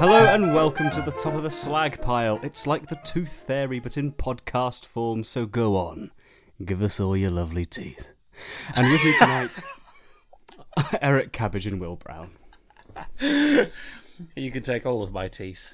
Hello and welcome to the top of the slag pile. It's like the tooth fairy, but in podcast form. So go on, give us all your lovely teeth. And with me tonight, Eric Cabbage and Will Brown. You can take all of my teeth.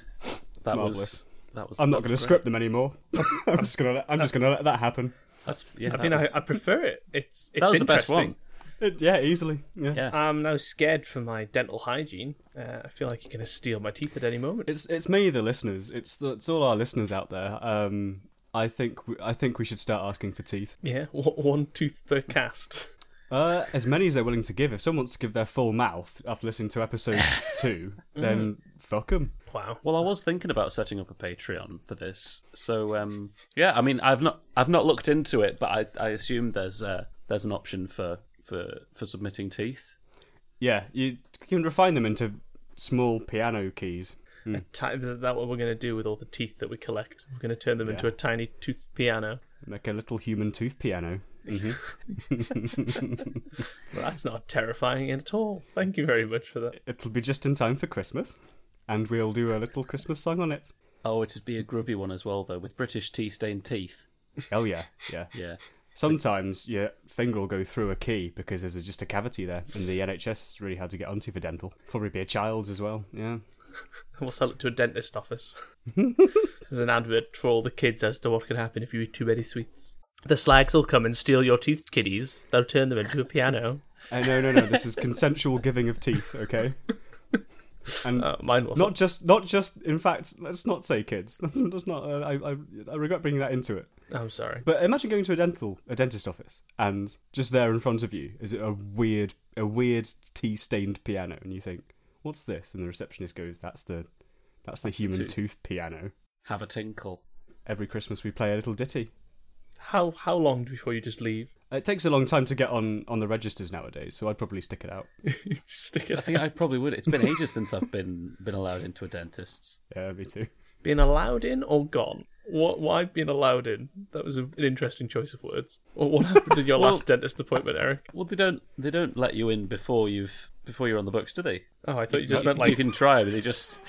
That Marvellous. was that was. I'm that not going to was script them anymore. I'm just going to. I'm just going to let that happen. great. That's yeah. I that mean, was- I, I prefer it. It's it's that was the best interesting. one. It- Uh, yeah, easily. Yeah. Yeah. I'm now scared for my dental hygiene. Uh, I feel like you're going to steal my teeth at any moment. It's it's me, the listeners. It's it's all our listeners out there. Um, I think w- I think we should start asking for teeth. yeah, one, one tooth per cast. Uh, as many as they're willing to give. If someone wants to give their full mouth after listening to episode two, then fuck 'em. Wow. Well, I was thinking about setting up a Patreon for this. So um, yeah, I mean, I've not I've not looked into it, but I I assume there's uh, there's an option for for for submitting teeth. Yeah, you can refine them into small piano keys. A ti- is that what we're going to do with all the teeth that we collect? We're going to turn them into a tiny tooth piano. Make a little human tooth piano. Well, that's not terrifying at all. Thank you very much for that. It'll be just in time for Christmas, and we'll do a little Christmas song on it. Oh, it'd be a grubby one as well though, with British tea stained teeth. Oh yeah, yeah. Yeah. Sometimes your finger will go through a key because there's just a cavity there, and the NHS is really hard to get onto for dental. Probably be a child's as well. Yeah. We'll sell it to a dentist office. There's an advert for all the kids as to what can happen if you eat too many sweets. The slags will come and steal your teeth, kiddies. They'll turn them into a piano. Uh, no, no, no. This is consensual giving of teeth. Okay. And Uh, mine was not just, not just. In fact, let's not say kids. That's, that's not. Uh, I, I, I regret bringing that into it. I'm sorry. But imagine going to a dental, a dentist office, and just there in front of you is a weird, a weird tea-stained piano, and you think, "What's this?" And the receptionist goes, "That's the, that's the human tooth." tooth piano." Have a tinkle. Every Christmas we play a little ditty. How how long before you just leave? It takes a long time to get on on the registers nowadays, so I'd probably stick it out. Stick I it. think I probably would. It's been ages since I've been been allowed into a dentist's. Yeah, me too. Being allowed in or gone? What? Why being allowed in? That was a, an interesting choice of words. Or what happened in your Well- last dentist appointment, Eric? Well, they don't they don't let you in before you've before you're on the books, do they? Oh, I thought you just you, meant like you can try, but they just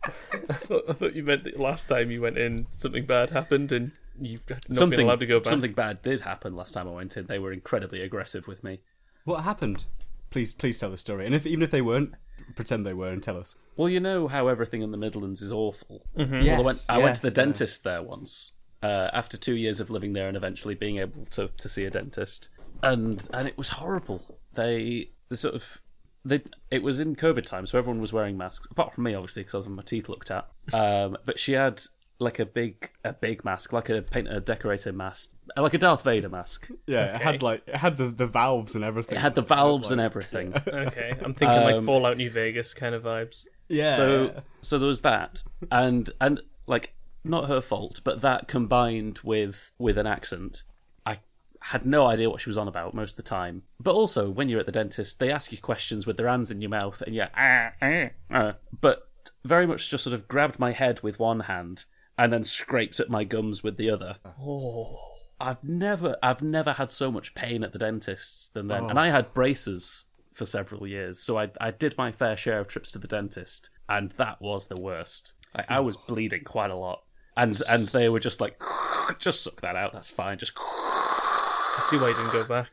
I thought you meant that last time you went in, something bad happened and you've not been allowed to go back. Something bad did happen last time I went in. They were incredibly aggressive with me. What happened? Please, please tell the story. And if even if they weren't, pretend they were and tell us. Well, you know how everything in the Midlands is awful. Mm-hmm. Yes, I went, I went to the yes, yeah. dentist there once uh, after two years of living there and eventually being able to, to see a dentist, and and it was horrible. They the sort of they it was in COVID time, so everyone was wearing masks apart from me, obviously, because I was having my teeth looked at. Um, but she had like a big a big mask, like a painter decorator mask, like a Darth Vader mask. Yeah, it had like it had the, the valves and everything. It had the valves and everything. Okay, I'm thinking like Um, Fallout New Vegas kind of vibes. Yeah. so so there was that and and like not her fault but that combined with with an accent i had no idea what she was on about most of the time but also when you're at the dentist they ask you questions with their hands in your mouth and you're ah, ah, ah. but very much just sort of grabbed my head with one hand and then scrapes at my gums with the other Oh, I've never I've never had so much pain at the dentist's than then. Oh. And I had braces for several years, so I I did my fair share of trips to the dentist, and that was the worst. I, I was bleeding quite a lot. And and they were just like just suck that out, that's fine. Just I see why you didn't go back.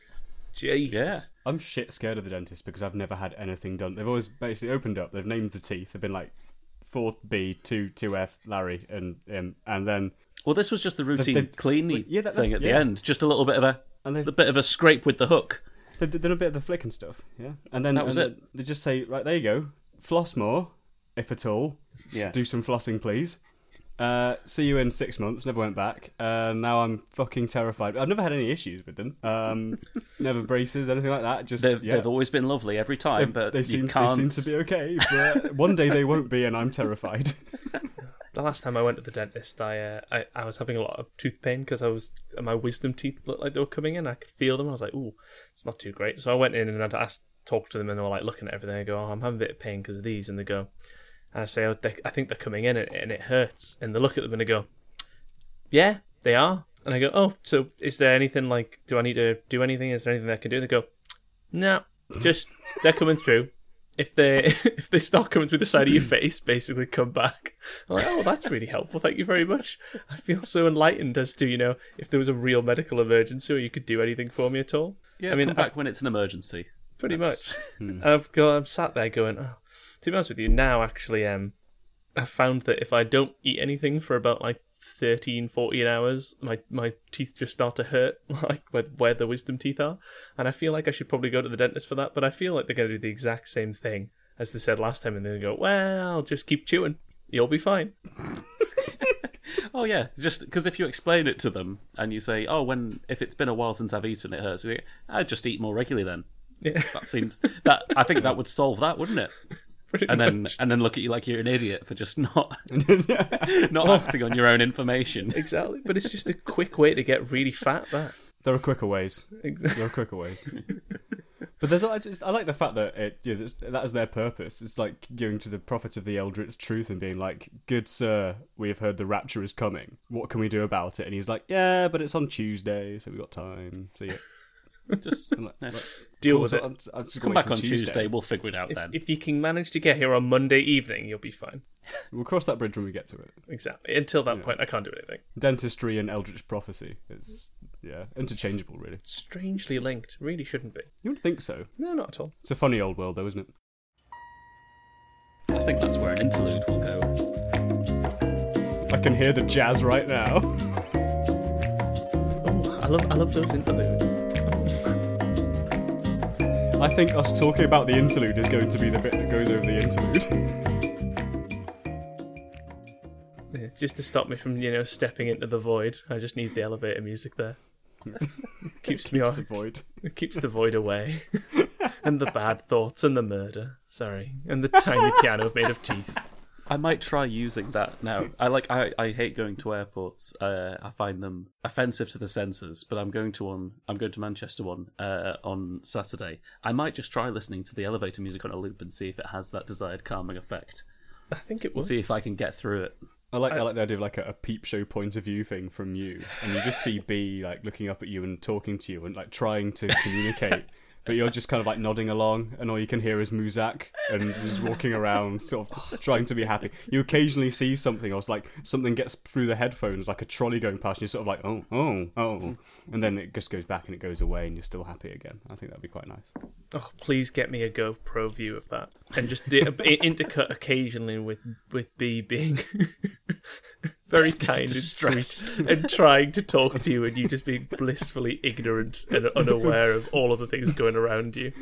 Jesus. Yeah. I'm shit scared of the dentist because I've never had anything done. They've always basically opened up. They've named the teeth. They've been like four B two two F Larry and um, and then Well this was just the routine they- cleany yeah, that- that- thing at the yeah. end. Just a little bit of a And and they've- a bit of a scrape with the hook. they've done a bit of the flick and stuff. Yeah, and then That was and They just say right there you go, floss more if at all. Yeah. Do some flossing please. Uh, see you in six months. Never went back. Uh, now I'm fucking terrified. I've never had any issues with them. Um, never braces, anything like that. Just They've, yeah. they've always been lovely every time, but they seem you they can't. seem to be okay. But one day they won't be, and I'm terrified. The last time I went to the dentist, I uh, I, I was having a lot of tooth pain because I was my wisdom teeth looked like they were coming in. I could feel them. I was like, "Ooh, it's not too great." So I went in and I'd asked, talked to them, and they were like looking at everything. I go, oh, "I'm having a bit of pain because of these," and they go, and I say, oh, they, "I think they're coming in and, and it hurts." And they look at them and they go, "Yeah, they are." And I go, oh, so is there anything like, do I need to do anything? Is there anything I can do? They go, no, just they're coming through. If they if they start coming through the side of your face, basically come back. I'm like, oh, that's really helpful. Thank you very much. I feel so enlightened as to you know if there was a real medical emergency or you could do anything for me at all. Yeah, I mean, come back when it's an emergency. pretty That's- hmm. much. And I've got, I'm sat there going, oh. to be honest with you, now actually, um, I've found that if I don't eat anything for about like 13, 14 hours, my, my teeth just start to hurt, like where, where the wisdom teeth are. And I feel like I should probably go to the dentist for that, but I feel like they're going to do the exact same thing as they said last time, and then go, well, just keep chewing. You'll be fine. Oh yeah, just because if you explain it to them and you say, "Oh, when if it's been a while since I've eaten, it hurts," I just eat more regularly then. Yeah, That seems that I think that would solve that, wouldn't it? pretty And then much. and then look at you like you're an idiot for just not not acting on your own information. Exactly, but it's just a quick way to get really fat. That there are quicker ways. exactly. There are quicker ways. But there's I, just, I like the fact that it yeah, that's- that is their purpose. It's like going to the prophet of the Eldritch truth and being like, "Good sir, we have heard the rapture is coming. What can we do about it?" And he's like, "Yeah, but it's on Tuesday, so we have got time. See ya." Just I'm like, yeah. "Right, deal cool, with so it. I'm- I'm just come gonna wait back till on Tuesday. We'll figure it out If, then. if you can manage to get here on Monday evening, you'll be fine. We'll cross that bridge when we get to it. Exactly. Until that point, I can't do anything. Dentistry and Eldritch prophecy. It's yeah, interchangeable really. Strangely linked. Really shouldn't be. You wouldn't think so. No, not at all. It's a funny old world though, isn't it? I think that's where an interlude will go. I can hear the jazz right now. Oh, I love, I love those interludes. I think us talking about the interlude is going to be the bit that goes over the interlude. Yeah, just to stop me from, you know, stepping into the void. I just need the elevator music there. keeps, me It's off. the void. It keeps the void away. and the bad thoughts and the murder. Sorry. And the tiny piano made of teeth. I might try using that now. I like I, I hate going to airports. Uh, I find them offensive to the senses. But I'm going to one. I'm going to Manchester one uh, on Saturday. I might just try listening to the elevator music on a loop and see if it has that desired calming effect. I think it was. See if I can get through it. I like I, like the idea of like a, a peep show point of view thing from you, and you just see B like looking up at you and talking to you and like trying to communicate, but you're just kind of like nodding along, and all you can hear is Muzak and just walking around, sort of trying to be happy. You occasionally see something, or it's like something gets through the headphones, like a trolley going past, and you're sort of like oh oh oh, and then it just goes back and it goes away, and you're still happy again. I think that'd be quite nice. Oh, please get me a GoPro view of that, and just do, intercut occasionally with with B being very kind and Distressed. stressed and trying to talk to you, and you just being blissfully ignorant and unaware of all of the things going around you.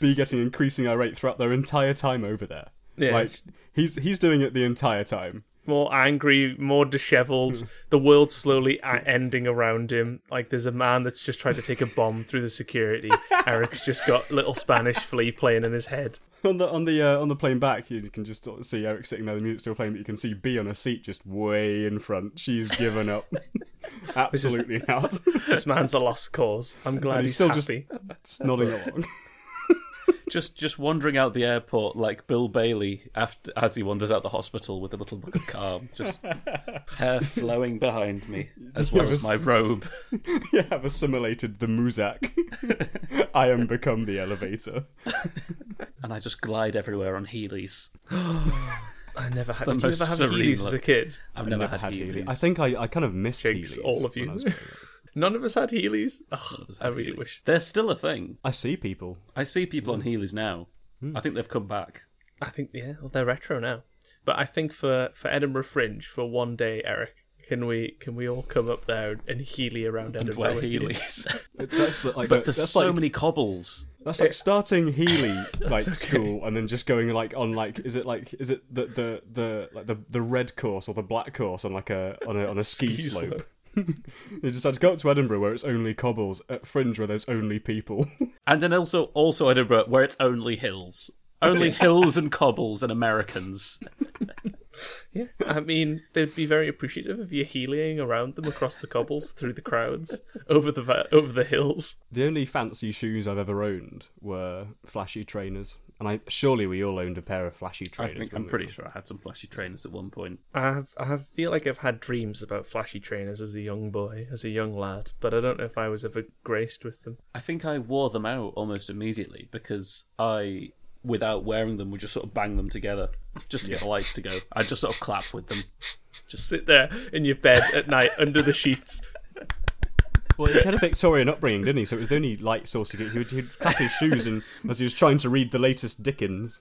be getting increasing irate throughout their entire time over there. Yeah. Like he's he's doing it the entire time. More angry, more dishevelled. The world slowly a- ending around him. Like there's a man that's just tried to take a bomb through the security. Eric's just got little Spanish flea playing in his head. On the on the uh, on the plane back, you can just sort of see Eric sitting there, the music's still playing, but you can see B on a seat just way in front. She's given up, absolutely not. This man's a lost cause. I'm glad And he's he's, still happy. just- Just nodding along. Just just wandering out the airport like Bill Bailey after as he wanders out the hospital with a little book of calm, just hair flowing behind me as well as my robe. you have assimilated the Muzak. I am become the elevator. and I just glide everywhere on Heelys. I never had. The Did you most ever have serene Heelys as look. a kid? I've never, Never had, Heelys. Heelys. I think I, I kind of missed Jinx, Heelys all of when you. I, was growing up. None of us had Heelys. Oh, I really Heelys. wish. they're still a thing. I see people. I see people on Heelys now. I think they've come back. I think yeah, well, they're retro now. But I think for for Edinburgh Fringe for one day, Eric, can we can we all come up there and Heely around And Edinburgh? wear with you? Heelys. That's the- like, but the- there's that's so like- many cobbles. That's like starting Healy like okay. school and then just going like on like is it like is it the the the like the, the red course or the black course on like a on a on a ski, Ski slope. slope. you decide to go up to Edinburgh where it's only cobbles, at Fringe where there's only people. And then also also Edinburgh, where it's only hills. Only hills and cobbles and Americans. Yeah, I mean they'd be very appreciative of you healing around them across the cobbles, through the crowds, over the va- over the hills. the only fancy shoes I've ever owned were flashy trainers. And And I surely we all owned a pair of flashy I trainers. think when I'm we pretty were- sure I had some flashy trainers at one point. I have, I have- feel like I've had dreams about flashy trainers as a young boy, as a young lad, but I don't know if I was ever graced with them. I think I wore them out almost immediately because I, without wearing them, would just sort of bang them together just to get the lights to go. I'd just sort of clap with them. Just sit there in your bed at night under the sheets. Well, he had a Victorian upbringing, didn't he? So it was the only light source he could. He would he'd clap his shoes and as he was trying to read the latest Dickens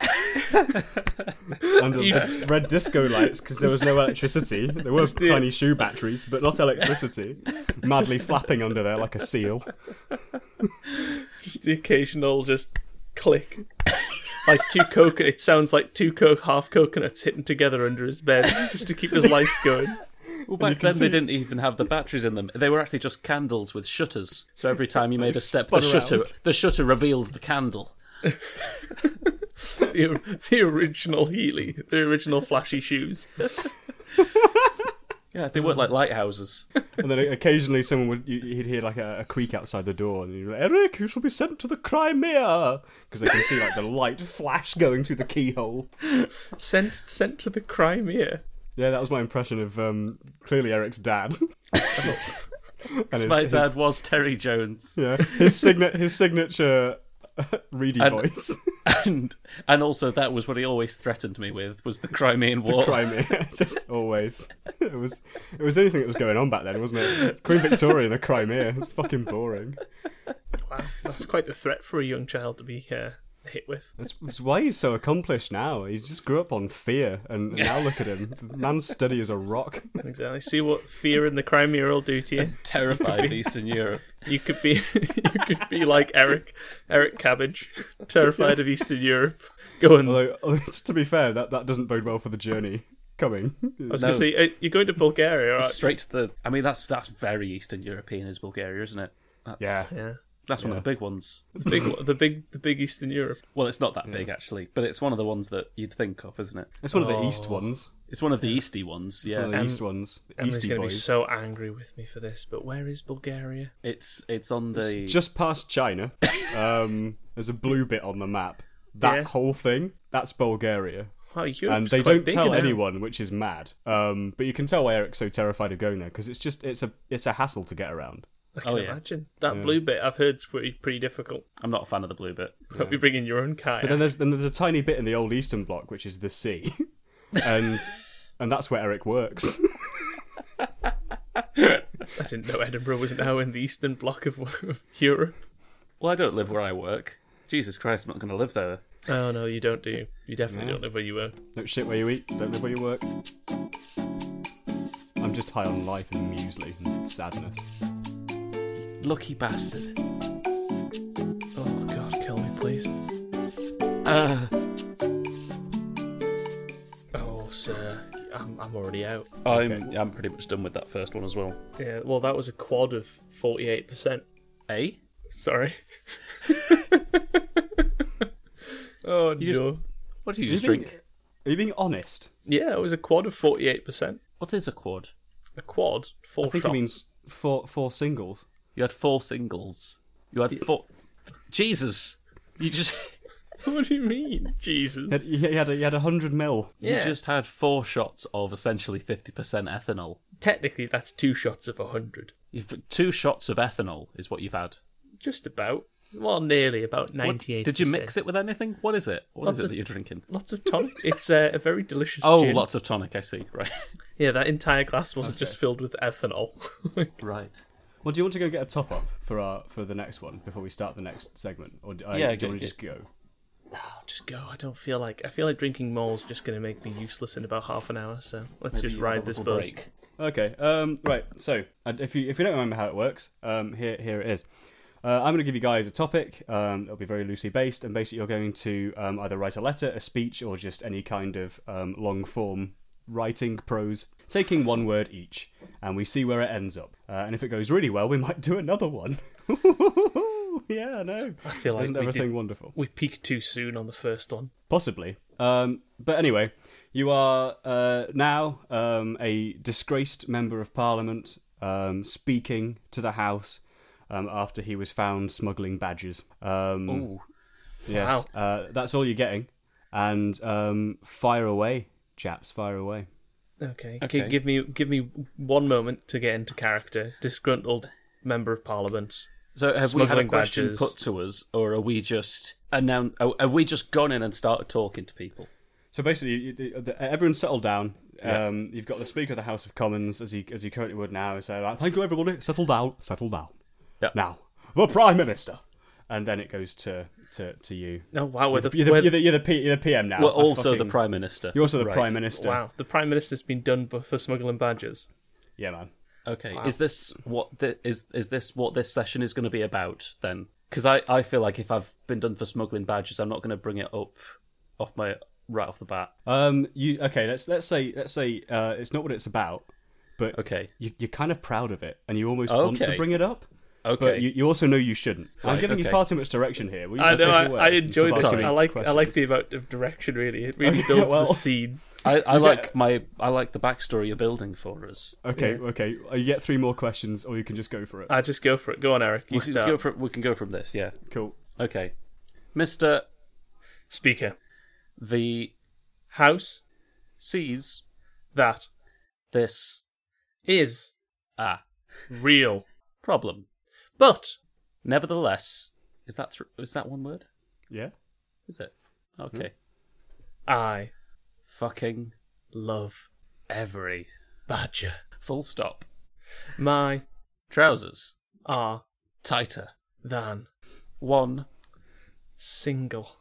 under the red disco lights because there was no electricity. There were tiny shoe batteries, but not electricity. Madly flapping under there like a seal. Just the occasional just click. Like two coconut, it sounds like two co- half coconuts hitting together under his bed just to keep his lights going. Well, back can then they see- didn't even have the batteries in them. They were actually just candles with shutters. So every time you made a step, the spun shutter around. the shutter revealed the candle. The, the original Healy, the original flashy shoes. Yeah, they Hmm. weren't like lighthouses. And then occasionally someone would you- you'd hear like a, a creak outside the door, and you'd be like, "Eric, you shall be sent to the Crimea," because they can see like the light flash going through the keyhole. Sent sent to the Crimea. Yeah, that was my impression of um, clearly Eric's dad. And his- My his- dad was Terry Jones, Yeah, his signa- his signature uh, reedy And- voice. and and also that was what he always threatened me with was the Crimean War. Crimea, just always. It was it was the only thing that was going on back then, wasn't it? Queen Victoria in the Crimea. It's fucking boring. Wow, that's quite the threat for a young child to be uh, hit with. That's, that's why he's so accomplished now. He's just grew up on fear, and now look at him. The man's steady as a rock. Exactly. See what fear in the Crimea will do to you. Terrified Eastern Europe. You could be, you could be like Eric, Eric Cabbage, terrified of Eastern Europe. Go on. I Although, although to be fair, that, that doesn't bode well for the journey coming. was No. gonna say uh, you're going to Bulgaria, right? Straight to the. I mean, that's that's very Eastern European is Bulgaria, isn't it? That's, Yeah, Yeah, that's one of the big ones. it's big. The big, the big Eastern Europe. Well, it's not that big actually, but it's one of the ones that you'd think of, isn't it? it's one of the east ones. It's one of the easty ones. One of Yeah, the Em- east ones. Emily's Easty going to be boys. so angry with me for this. But where is Bulgaria? it's it's on the. just past China. Um, there's a blue bit on the map. That Yeah. whole thing, that's Bulgaria. Wow, Europe's And they quite don't big tell now. anyone, which is mad. Um, but you can tell why Eric's so terrified of going there because it's just it's a it's a hassle to get around. I can Oh, yeah. imagine that blue bit. I've heard it's pretty, pretty difficult. I'm not a fan of the blue bit. Hope you bring in your own kayak. But then there's then there's a tiny bit in the old eastern block which is the sea, and and that's where Eric works. I didn't know Edinburgh was now in the Eastern Bloc of, of Europe. Well, I don't live where I work. Jesus Christ, I'm not going to live there. Oh no, you don't do. You definitely don't live where you were. Don't shit where you eat. Don't live where you work. I'm just high on life and muesli and sadness. Lucky bastard. Oh God, kill me, please. Uh, Oh, sir, I'm, I'm already out. I'm I'm pretty much done with that first one as well. Yeah, well, that was a quad of 48%. Eh? Sorry. oh, just- no. What do you Are you just drink? being- Are you being honest? Yeah, it was a quad of 48%. What is a quad? A quad? Four I think shots. he means four four singles. You had four singles. You had four. Jesus, you just What do you mean? He had, Jesus. he had, a, he had a hundred mil. Yeah. you just had four shots of essentially fifty percent ethanol. Technically, that's two shots of 100. You've two shots of ethanol is what you've had. Just about. Well, nearly, about 98 Did you mix it with anything? What is it? What is Lots it of- that you're drinking? Lots of tonic. It's uh, a very delicious Oh, gin. lots of tonic. I see. Right, Yeah, that entire glass wasn't just filled with ethanol. right. Well, do you want to go get a top up for our for the next one before we start the next segment, or do, uh, Yeah, do go- you want go- to just go? I'll oh, just go. I don't feel like I feel like drinking mole's just going to make me useless in about half an hour. So let's just ride this buzz. Okay. Um. Right. So, and if you if you don't remember how it works, um, here here it is. Uh, I'm going to give you guys a topic. Um, it'll be very loosely based, and basically you're going to um, either write a letter, a speech, or just any kind of um, long form writing prose, taking one word each, and we see where it ends up. Uh, and if it goes really well, we might do another one. yeah, I know. I feel like Isn't we, everything did, wonderful? we peaked too soon on the first one. Possibly. Um, but anyway, you are uh, now um, a disgraced member of parliament um, speaking to the House um, after he was found smuggling badges. Um, Ooh, Yes. Uh, that's all you're getting. And um, fire away, chaps, fire away. Okay. Okay. G- give me give me one moment to get into character. Disgruntled member of parliament. So have we had a Smuggling question badges. put to us, or are we just announce? Are, are we just gone in and started talking to people? So basically, you, the, the, everyone's settled down. Um, You've got the Speaker of the House of Commons, as he as he currently would now, and say, like, "Thank you, everybody. Settle down. Settle down. Yeah. Now, the Prime Minister." And then it goes to to, to you. No, Oh, wow, we're the, You're the, we're- you're, the, you're, the P, you're the PM now. We're I also fucking- the prime minister. You're also the Right. Prime Minister. wow, the prime minister's been done bu- for smuggling badges. Yeah, man. Okay, is this what the, is is this what this session is going to be about then? Because I, I feel like if I've been done for smuggling badges, I'm not going to bring it up off my right off the bat. Um, you okay? Let's let's say let's say uh, it's not what it's about, but Okay, you, you're kind of proud of it, and you almost want to Okay. bring it up, okay, but you, you also know you shouldn't. I'm Right, giving you okay. far too much direction here. Will you I just know. take it I, away? I You enjoy survived this. so many I like I like questions. the amount of direction. Really, it really Okay, builds well- the scene. I, I like my I like the backstory you're building for us. Okay, okay. Uh, You get three more questions, or you can just go for it. I just go for it. Go on, Eric. You We can, go start. from, we can go from this, yeah. cool. Okay, Mister Speaker, the House, sees that this is ah real, problem. but Nevertheless, is that thr is that one word? Yeah. Is it okay? I Fucking love every badger. full stop. My Trousers are tighter. than One single.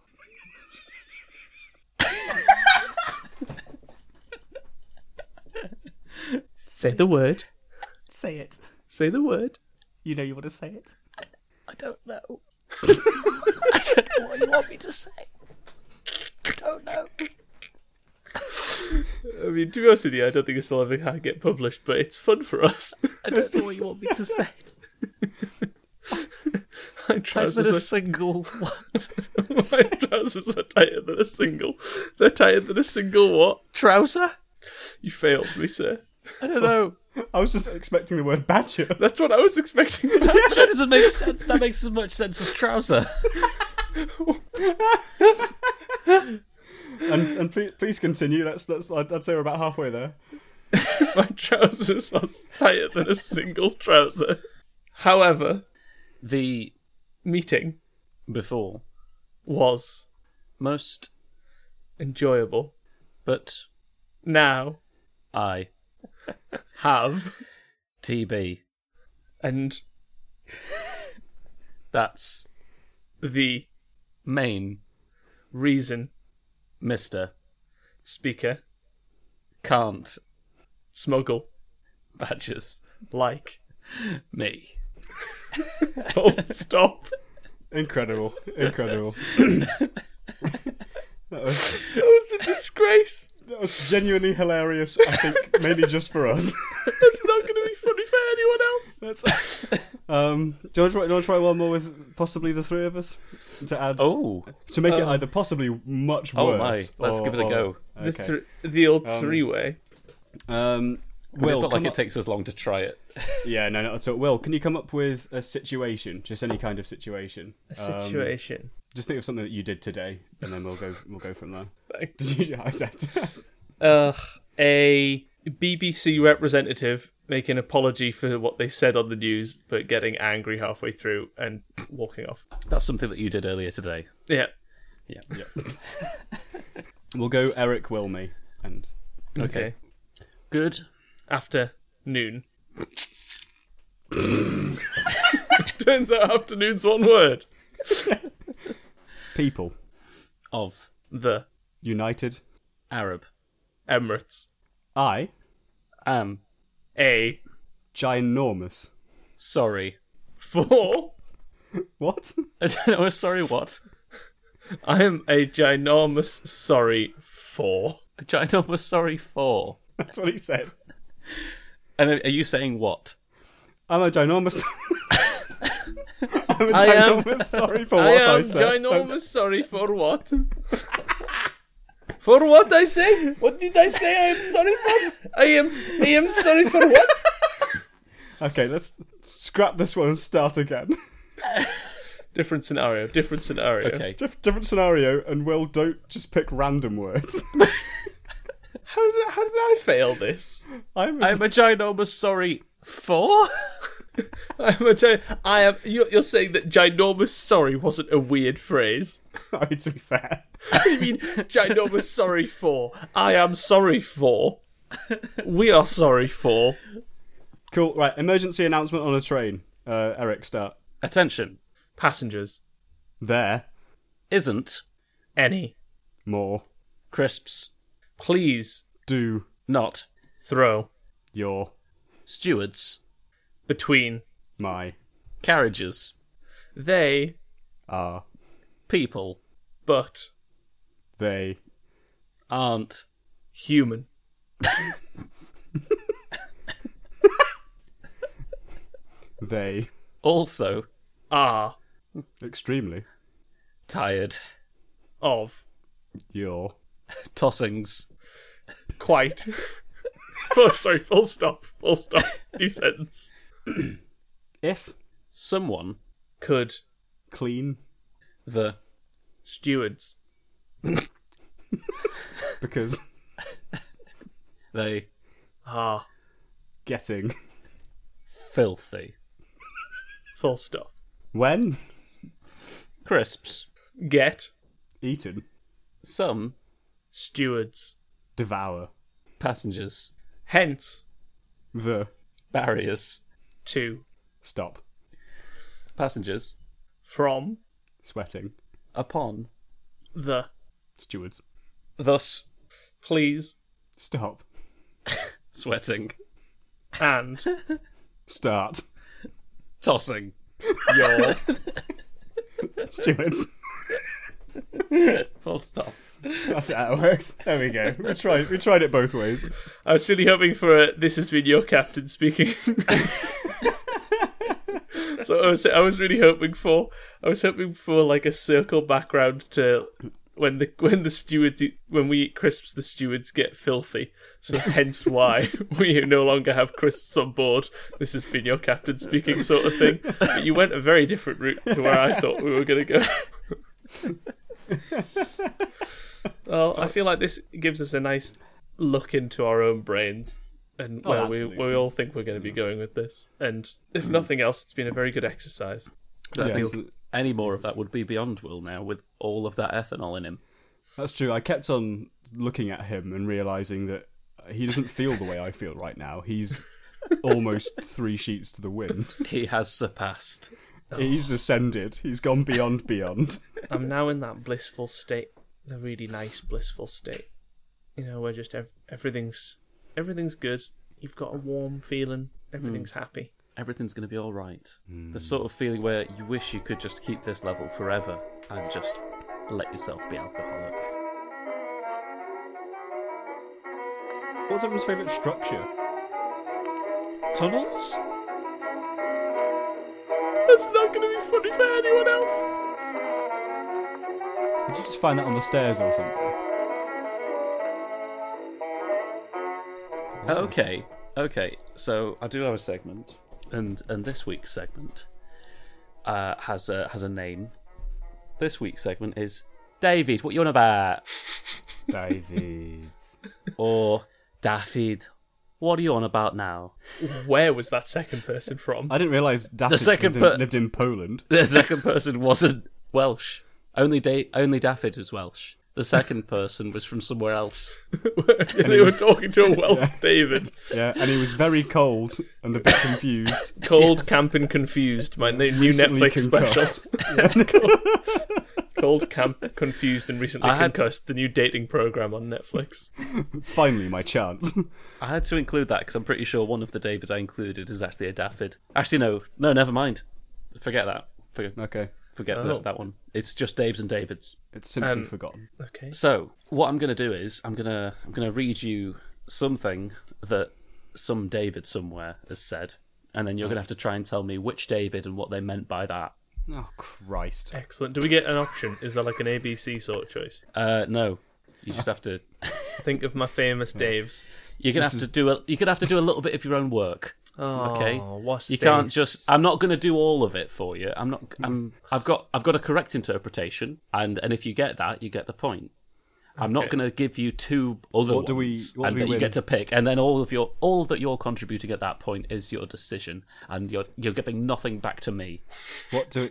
Say the word. Say it. Say the word. You know you want to say it. I don't know. I don't know what you want me to say. I don't know. I mean, to be honest with you, I don't think it's will ever gonna get published, but it's fun for us. I don't know what you want me to say. my That's not a trousers, single word. are, my trousers are tighter than a single. They're tighter than a single what? Trouser? You failed me, sir. I don't know. I was just expecting the word badger. That's what I was expecting. That doesn't make sense. That makes as much sense as trouser. and and please, please continue. Let's let's. I'd, I'd say we're about halfway there. my trousers are tighter than a single trouser. However, The meeting before was most, enjoyable. but Now I have TB. and That's the main reason Mister speaker can't smuggle badges like me. full stop. Incredible, incredible. that, was, That was a disgrace. that was genuinely hilarious. I think maybe just for us. That's not going to be funny for anyone else. That's, um, do you, want to try, do you want to try one more with possibly the three of us to add Oh, to make it Oh. either possibly much oh worse? my! Let's or- give it a or- go. Okay. The, thr- the old Um, three-way. um, Well, Will, it's not come like up- it takes us long to try it. Yeah, no, no. So, Will, can you come up with a situation, just any kind of situation? A Um, situation. just think of something that you did today, and then we'll go. We'll go from there. Like, Did you? I don't- Ugh. A BBC representative make an apology for what they said on the news, but getting angry halfway through and walking off. That's something that you did earlier today. Yeah. Yeah. we'll go. Eric, Will, me, and Okay. Good. After noon. Turns out afternoon's one word. people Of The united. Arab. Emirates. I Am A ginormous. sorry. for What? I don't know. Sorry, what? I am a ginormous sorry for. A ginormous was sorry for. That's what he said. And are are you saying what? I'm a ginormous. I'm a I am- ginormous. sorry for I what I, am said. ginormous sorry for what? for what I say? What did I say I am sorry for? I am I am sorry for what? Okay, let's scrap this one and start again. Different scenario. Different scenario. Okay. Dif- different scenario, and Will, don't just pick random words. How did, how did I fail this? I'm, I'm a ginormous sorry for. I'm a gi- I am. You're, you're saying that ginormous sorry wasn't a weird phrase. I mean, to be fair, I mean, ginormous sorry for. I am sorry for. We are sorry for. cool. Right, emergency announcement on a train. Uh, Eric, start Attention Passengers. there. isn't Any. More crisps Please do not throw your stewards between my carriages they are people but they aren't human. they also Are extremely tired of your tossings quite. oh, sorry. Full stop. Full stop. New sentence. if someone Could clean the stewards because they are getting filthy full stop when crisps get eaten some stewards devour passengers hence the barriers to stop passengers from sweating upon the stewards thus please stop sweating and start tossing your stewards. full stop that works. There we go. We tried. We tried it both ways. I was really hoping for a this has been your captain speaking. so I was I was really hoping for I was hoping for like a circle background to when the when the stewards eat, when we eat crisps the stewards get filthy. So hence why we no longer have crisps on board. This has been your captain speaking sort of thing. But you went a very different route to where I thought we were going to go. well, I feel like this gives us a nice look into our own brains and Oh, where we, absolutely. Mm. where we all think we're going to be going with this. And if nothing else, it's been a very good exercise. I Yeah, think so- any more of that would be beyond Will now with all of that ethanol in him. That's true. I kept on looking at him and realizing that he doesn't feel the way I feel right now. He's almost three sheets to the wind. He has surpassed. He's ascended. He's gone beyond beyond. I'm now in that blissful state, the really nice blissful state. You know, where just ev- everything's everything's good. You've got a warm feeling. Mm. Everything's happy. Everything's going to be all right. The sort of feeling where you wish you could just keep this level forever and just let yourself be alcoholic. What's everyone's favorite structure? Tunnels? That's not going to be funny for anyone else. Did you just find that on the stairs or something? Okay, okay. So I do have a segment, and and this week's segment uh, has a has a name. This week's segment is David. What you on about? David. or David. What are you on about now? Where was that second person from? I didn't realize David second lived, in, per- lived in Poland. The second person wasn't Welsh. Only da- only Daffyd was Welsh. The second person was from somewhere else. they were talking to a Welsh David. Yeah, and he was very cold and a bit confused. Cold, camp, and confused. My new new Recently Netflix special. concussed. Cold, camp, confused, and recently I had- concussed. The new dating program on Netflix. Finally, my chance. I had to include that because I'm pretty sure one of the Davids I included is actually a Daffyd. Actually, no, no, never mind. Forget that. Forget, Okay, forget this- that one. It's just Daves and Davids. it's simply forgotten. Okay. So what I'm gonna do is I'm gonna I'm gonna read you something that some David somewhere has said, and then you're gonna have to try and tell me which David and what they meant by that. Oh Christ! Excellent. Do we get an option? Is there like an ABC sort of choice? Uh, no, you just have to Think of my famous Daves. You're gonna This have is- to do a you're gonna have to do a little bit of your own work. Oh, Okay. what's You can't this? just. I'm not going to do all of it for you. I'm not. Mm. I'm. I've got. I've got a correct interpretation, and and if you get that, you get the point. I'm not Okay. going to give you two other What do we- ones, what do and we that you win? get to pick, and then all of your all that you're contributing at that point is your decision, and you're you're giving nothing back to me. What do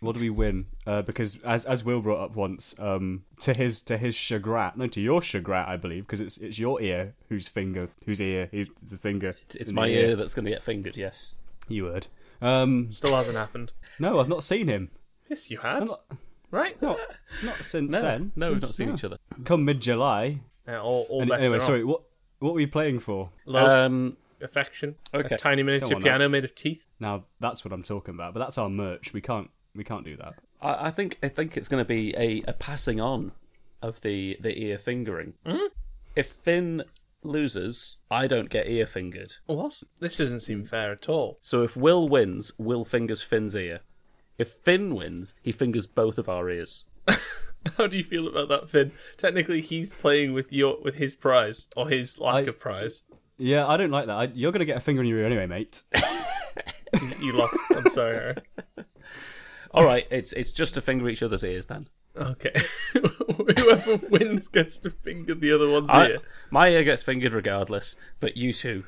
what do we win? Uh, because as as Will brought up once, um, to his to his chagrin, no, to your chagrin, I believe, because it's it's your ear whose finger, whose ear, whose the finger. It's, it's in the my ear that's going to get fingered. Yes. You heard. Um, Still hasn't happened. no, I've not seen him. Yes, you had. not- Right? Not not since No, then. no, we've not Since- seen no. each other. Come mid July. Yeah, all all Any- bets Anyway, are off. sorry. What what were you playing for? Love, Um, affection. okay. A tiny miniature want that. piano made of teeth. Now that's what I'm talking about. But that's our merch. We can't we can't do that. I, I think I think it's going to be a, a passing on of the the ear fingering. Mm. If Finn loses, I don't get ear fingered. What? This doesn't seem fair at all. So if Will wins, Will fingers Finn's ear. If Finn wins, he fingers both of our ears. How do you feel about that, Finn? Technically, he's playing with your with his prize or his lack I- of prize. Yeah, I don't like that. I, you're gonna get a finger in your ear anyway, mate. You lost. I'm sorry. Aaron. All right, it's it's just to finger each other's ears then. Okay. Whoever wins gets to finger the other one's I, ear. my ear gets fingered regardless, but you two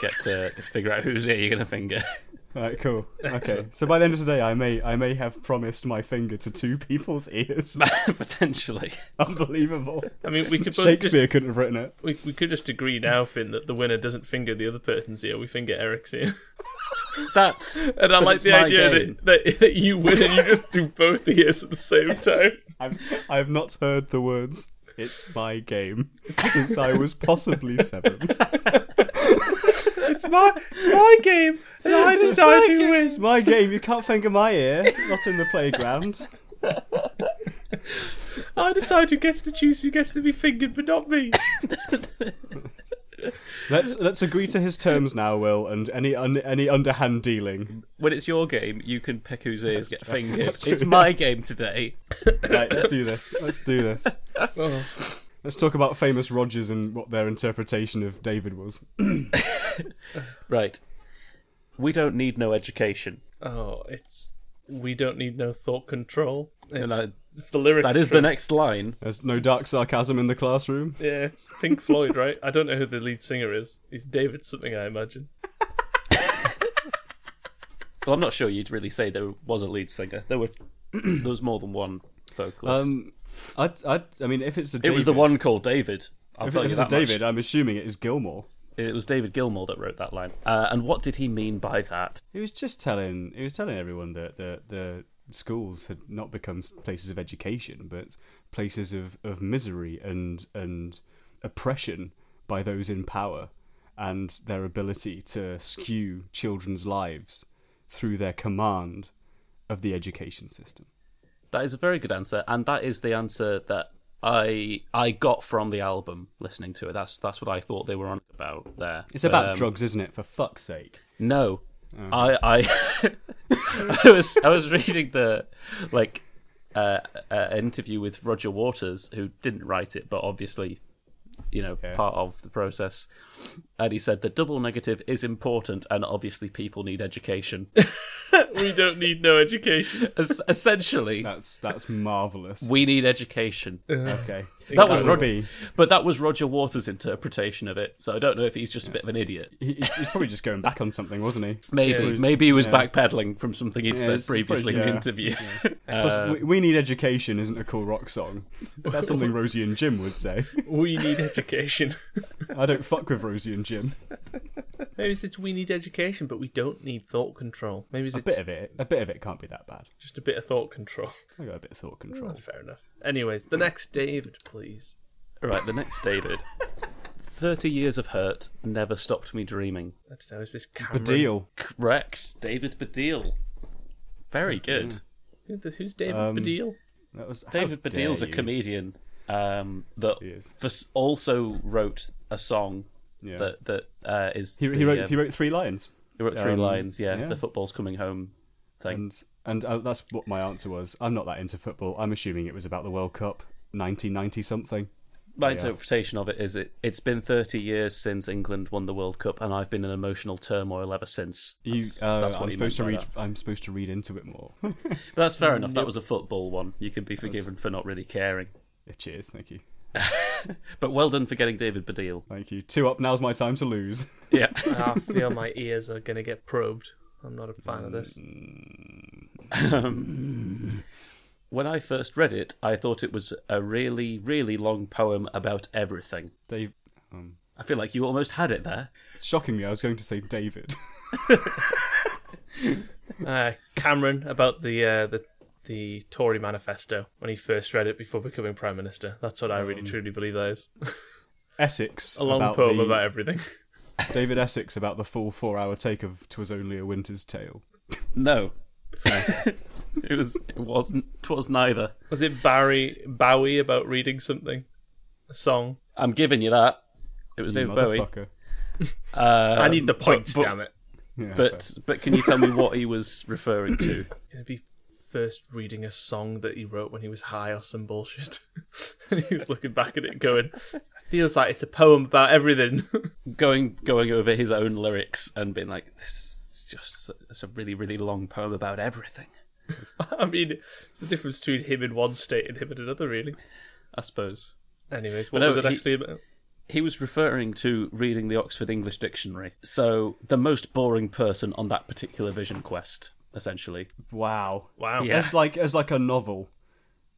get to, get to figure out whose ear you're going to finger. Alright, cool. Okay. So by the end of today I may I may have promised my finger to two people's ears. Potentially. Unbelievable. I mean, we could both just Shakespeare couldn't have written it. we, we could just agree now, Finn, that the winner doesn't finger the other person's ear. We finger Eric's ear. That's And I but like it's the my idea game. that, that that you win and you just do both ears at the same time. I've I've not heard the words it's my game since I was possibly seven. It's my it's my game, and I decide who wins. It's my game, you can't finger my ear, not in the playground. I decide who gets to choose who gets to be fingered, but not me. Let's let's agree to his terms now, Will, and any un, any underhand dealing. when it's your game, you can pick whose ears get fingered. That's true. It's my game today. Right, let's do this. Let's do this. Oh. Let's talk about famous Rogers and what their interpretation of David was. Right. We don't need no education. Oh, it's we don't need no thought control. It's, And I- it's the lyrics. that is from- the next line. There's no dark sarcasm in the classroom. Yeah, it's Pink Floyd, right? I don't know who the lead singer is. He's David something, I imagine. Well, I'm not sure you'd really say there was a lead singer. There were there was more than one vocalist. Um, I, I, I mean, if it's a it David, was the one called David. I'll If, tell if you it's that a David, much. I'm assuming it is Gilmore. It was David Gilmour that wrote that line. Uh, and what did he mean by that? He was just telling, he was telling everyone that the the schools had not become s- places of education, but places of, of misery and and oppression by those in power and their ability to skew children's lives through their command of the education system. That is a very good answer, and that is the answer that I I got from the album listening to it. That's that's what I thought they were on about there. It's But, about um, drugs, isn't it? For fuck's sake. No, Oh. I I I was I was reading the like uh, uh, interview with Roger Waters, who didn't write it, but obviously, you know, part of the process. And he said the double negative is important, and obviously, people need education. We don't need no education. Es- Essentially, That's that's marvelous. we need education. Okay, That was would Rod- be- But that was Roger Waters' interpretation of it, so I don't know if he's just a bit of an idiot. he, he- he's probably just going back on something, wasn't he? Maybe, Yeah. maybe he was Yeah. backpedaling from something he'd said it's- it's probably- previously in yeah. the interview. Uh, Plus, we, we need education isn't a cool rock song. That's something Rosie and Jim would say. We need education. I don't fuck with Rosie and Jim. Maybe it's just we need education, but we don't need thought control. Maybe it's A bit of it, a bit of it can't be that bad. just a bit of thought control. Oh, I got a bit of thought control. Fair enough. Anyways, the next David, please. Right, the next David. 30 years of hurt never stopped me dreaming. I don't know, is this Cameron? Badil. Correct. David Baddiel. Very Mm-hmm. good. Who the- Who's David Um, Baddiel? That was how David dare Baddiel's a you. comedian um, that He is. for, also wrote a song Yeah. that, that uh, is. he, he the, wrote um, he wrote three lines, he wrote three um, lines, yeah, yeah. The football's coming home thing. and and uh, that's what my answer was. I'm not that into football. I'm assuming it was about the World Cup, 1990 something. my interpretation of it is it, it's been 30 years since England won the World Cup, and I've been in emotional turmoil ever since. You, That's- oh, that's what I'm he supposed to meant by read. Mm, that. I'm supposed to read into it more. But that's fair enough. That was a football one. You can be forgiven for not really caring. Yeah, Cheers, thank you, But well done for getting David Baddiel. thank you. Two up. Now's my time to lose. Yeah. I feel my ears are going to get probed. I'm not a fan of this. Um, when I first read it, I thought it was a really, really long poem about everything. Dave, um, I feel like you almost had it there. shocking me. I was going to say David. Uh, Cameron about the uh, the the Tory manifesto when he first read it before becoming prime minister. That's what I really Um, truly believe that is. Essex. A long about poem the, about everything. David Essex about the full four-hour take of "Twas Only a Winter's Tale." No. it was. It wasn't. Twas neither. Was it Barry Bowie about reading something, a song? I'm giving you that. It was You David Bowie. motherfucker. Um, I need the points, but- damn it. Yeah, But but can you tell me what he was referring to? Gonna be first reading a song that he wrote when he was high or some bullshit, and he was looking back at it going, "Feels like it's a poem about everything." going going over his own lyrics and being like, this is just it's a really really long poem about everything. I mean, it's the difference between him in one state and him in another, really. I suppose Anyways, what no, was it he- actually about? he was referring to reading the Oxford English Dictionary. So the most boring person on that particular vision quest, essentially. but- wow. Wow. Yeah. As like as like a novel,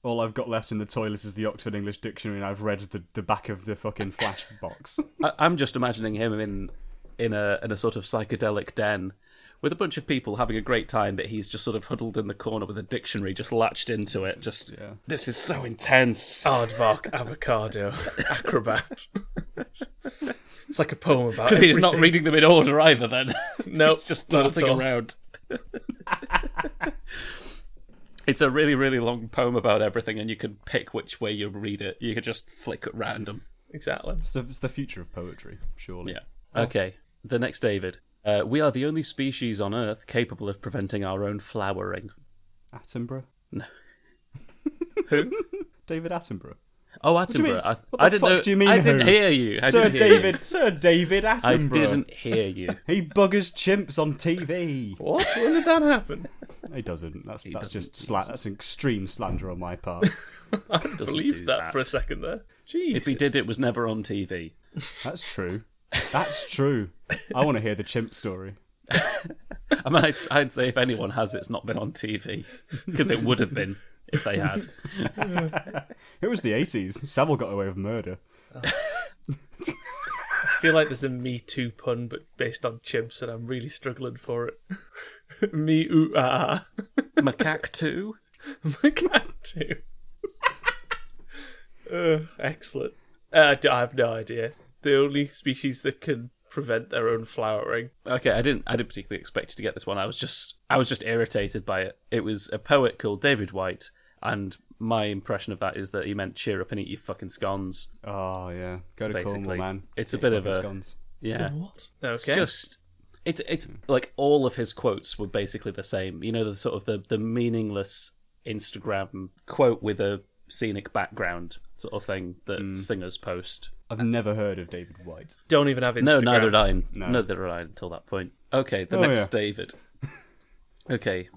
all I've got left in the toilet is the Oxford English Dictionary, and I've read the, the back of the fucking flash box. I, I'm just imagining him in in a in a sort of psychedelic den with a bunch of people having a great time, but he's just sort of huddled in the corner with a dictionary just latched into it. Just this is so intense. Aardvark avocado acrobat. it's like a poem about. Because he's not everything. reading them in order either. Then No, it's just not at darting all. around. it's a really really long poem about everything, and you can pick which way you read it. You could just flick at random. Exactly. it's, the, it's the future of poetry, surely. Yeah. Okay. The next David. Uh, we are the only species on Earth capable of preventing our own flowering. Attenborough, Who? David Attenborough. Oh, do you mean? Attenborough. I, What the I didn't fuck know. do you mean I didn't who? hear you. I Sir didn't hear you. David, Sir David Attenborough. I didn't hear you. He buggers chimps on TV. What? When did that happen? He doesn't. That's that's doesn't. just sla- that's extreme slander on my part. I didn't Doesn't believe do that, that. for a second there. Jeez. If he did, it was never on TV. that's true. That's true. I want to hear the chimp story. I mean, I'd, I'd say if anyone has, it's not been on TV because it would have been if they had. It was the 80s. Savile got away with murder. I feel like there's a Me Too pun, but based on chimps, and I'm really struggling for it. Me ooh ah. Macaque two. I can't do. Ugh, excellent. Uh, d- I have no idea. The only species that can prevent their own flowering. Okay, I didn't. I didn't particularly expect you to get this one. I was just. I was just irritated by it. It was a poet called David White, and my impression of that is that he meant cheer up and eat your fucking scones. Oh yeah, go to Cornwall, Basically. man. It's a Get bit of fucking a- scones. Yeah. What? It's Okay. just it's it's like all of his quotes were basically the same. You know, the sort of the the meaningless Instagram quote with a scenic background sort of thing that Mm. singers post. I've never heard of David White. Don't even have Instagram. No, neither did I. No. Neither did I until that point. Okay, the Oh, next yeah. David. Okay,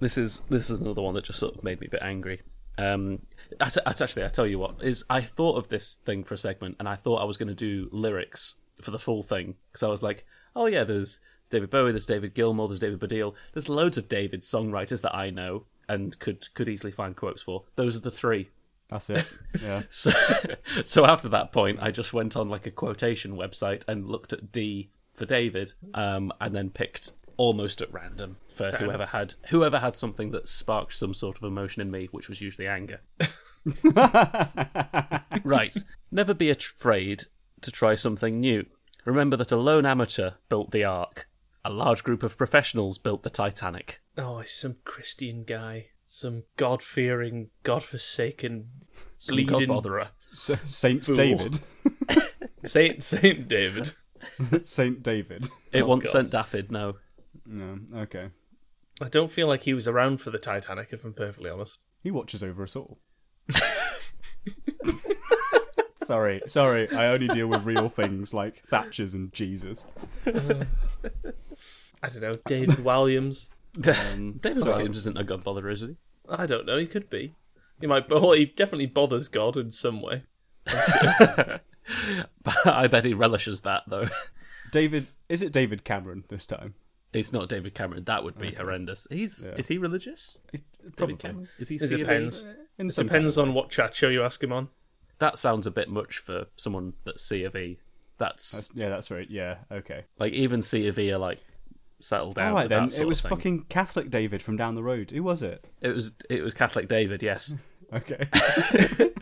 this is this is another one that just sort of made me a bit angry. Um, I t- I t- actually, I tell you what is I thought of this thing for a segment, and I thought I was going to do lyrics for the full thing because I was like, oh yeah, there's David Bowie, there's David Gilmour, there's David Baddiel, there's loads of David songwriters that I know and could could easily find quotes for. Those are the three. That's it. Yeah. So, so after that point, I just went on like a quotation website and looked at D for David, um, and then picked almost at random for whoever had whoever had something that sparked some sort of emotion in me, which was usually anger. right. Never be at- afraid to try something new. Remember that a lone amateur built the Ark. A large group of professionals built the Titanic. Oh, it's some Christian guy. Some God fearing, God forsaken, Some God Bleeding- botherer. S- Saint Fool. David. Saint Saint David. Saint David. It Oh, once God. sent Daffod. No, No. Okay. I don't feel like he was around for the Titanic, if I'm perfectly honest. He watches over us all. sorry, sorry. I only deal with real things like Thatchers and Jesus. I don't know, David Williams. Um, David Williams isn't a god botherer, is he? I don't know. He could be. He might. Well, he definitely bothers God in some way. But I bet he relishes that though. David, is it David Cameron this time? It's not David Cameron. That would be horrendous. He's is he religious? It's David Mm-hmm. probably. Cameron? Is he? It C of E? A? depends. In some Depends on what chat show you ask him on. That sounds a bit much for someone that's C of E. That's, That's- yeah, that's right. Yeah, okay. like even C of E are like settled down. All right with then. that sort It of was thing. fucking Catholic David from down the road. Who was it? It was it was Catholic David, yes. Okay.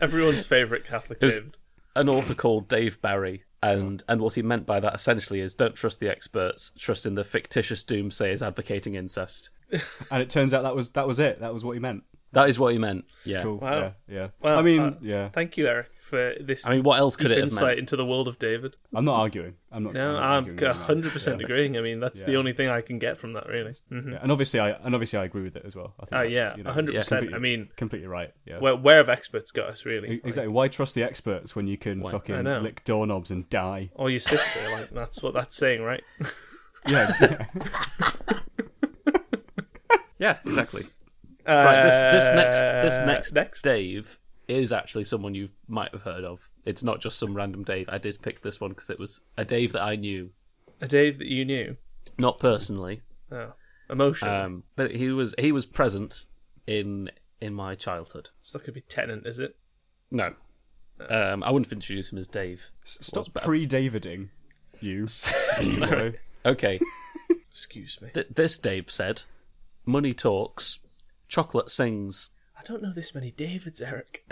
Everyone's favourite Catholic was- David. An author called Dave Barry, and and what he meant by that essentially is don't trust the experts, trust in the fictitious doomsayers advocating incest. and it turns out that was that was it. That was what he meant. That is what he meant. Yeah. Cool. Wow. Yeah. Yeah. Well, I mean, uh, yeah. Thank you, Eric, for this I mean, what else could it deep have insight meant? into the world of David. I'm not arguing. I'm not. No, not I'm arguing with that. 100 percent agreeing. I mean, that's the Yeah. only thing I can get from that, really. Mm-hmm. Yeah, and obviously, I and obviously I agree with it as well. I think Uh, that's, yeah, you know, 100%. I completely- mean, completely right. Yeah. where, where have experts got us, really? E- exactly. Why trust the experts when you can I fucking know. lick doorknobs and die? Or your sister, like that's what that's saying, right? Yeah. exactly. Yeah, exactly. Right, this, this next this Uh, next next. Dave is actually someone you might have heard of. It's not just some random Dave. I did pick this one because it was a Dave that I knew, a Dave that you knew. not personally, Oh, emotional. um, but he was he was present in in my childhood. it's not gonna be tenant, is it? No, um, I wouldn't introduce him as Dave. Stop better. pre-Daviding. You. Sorry. okay, Excuse me. Th- this Dave said, "Money talks, chocolate sings." I don't know this many Davids, Eric.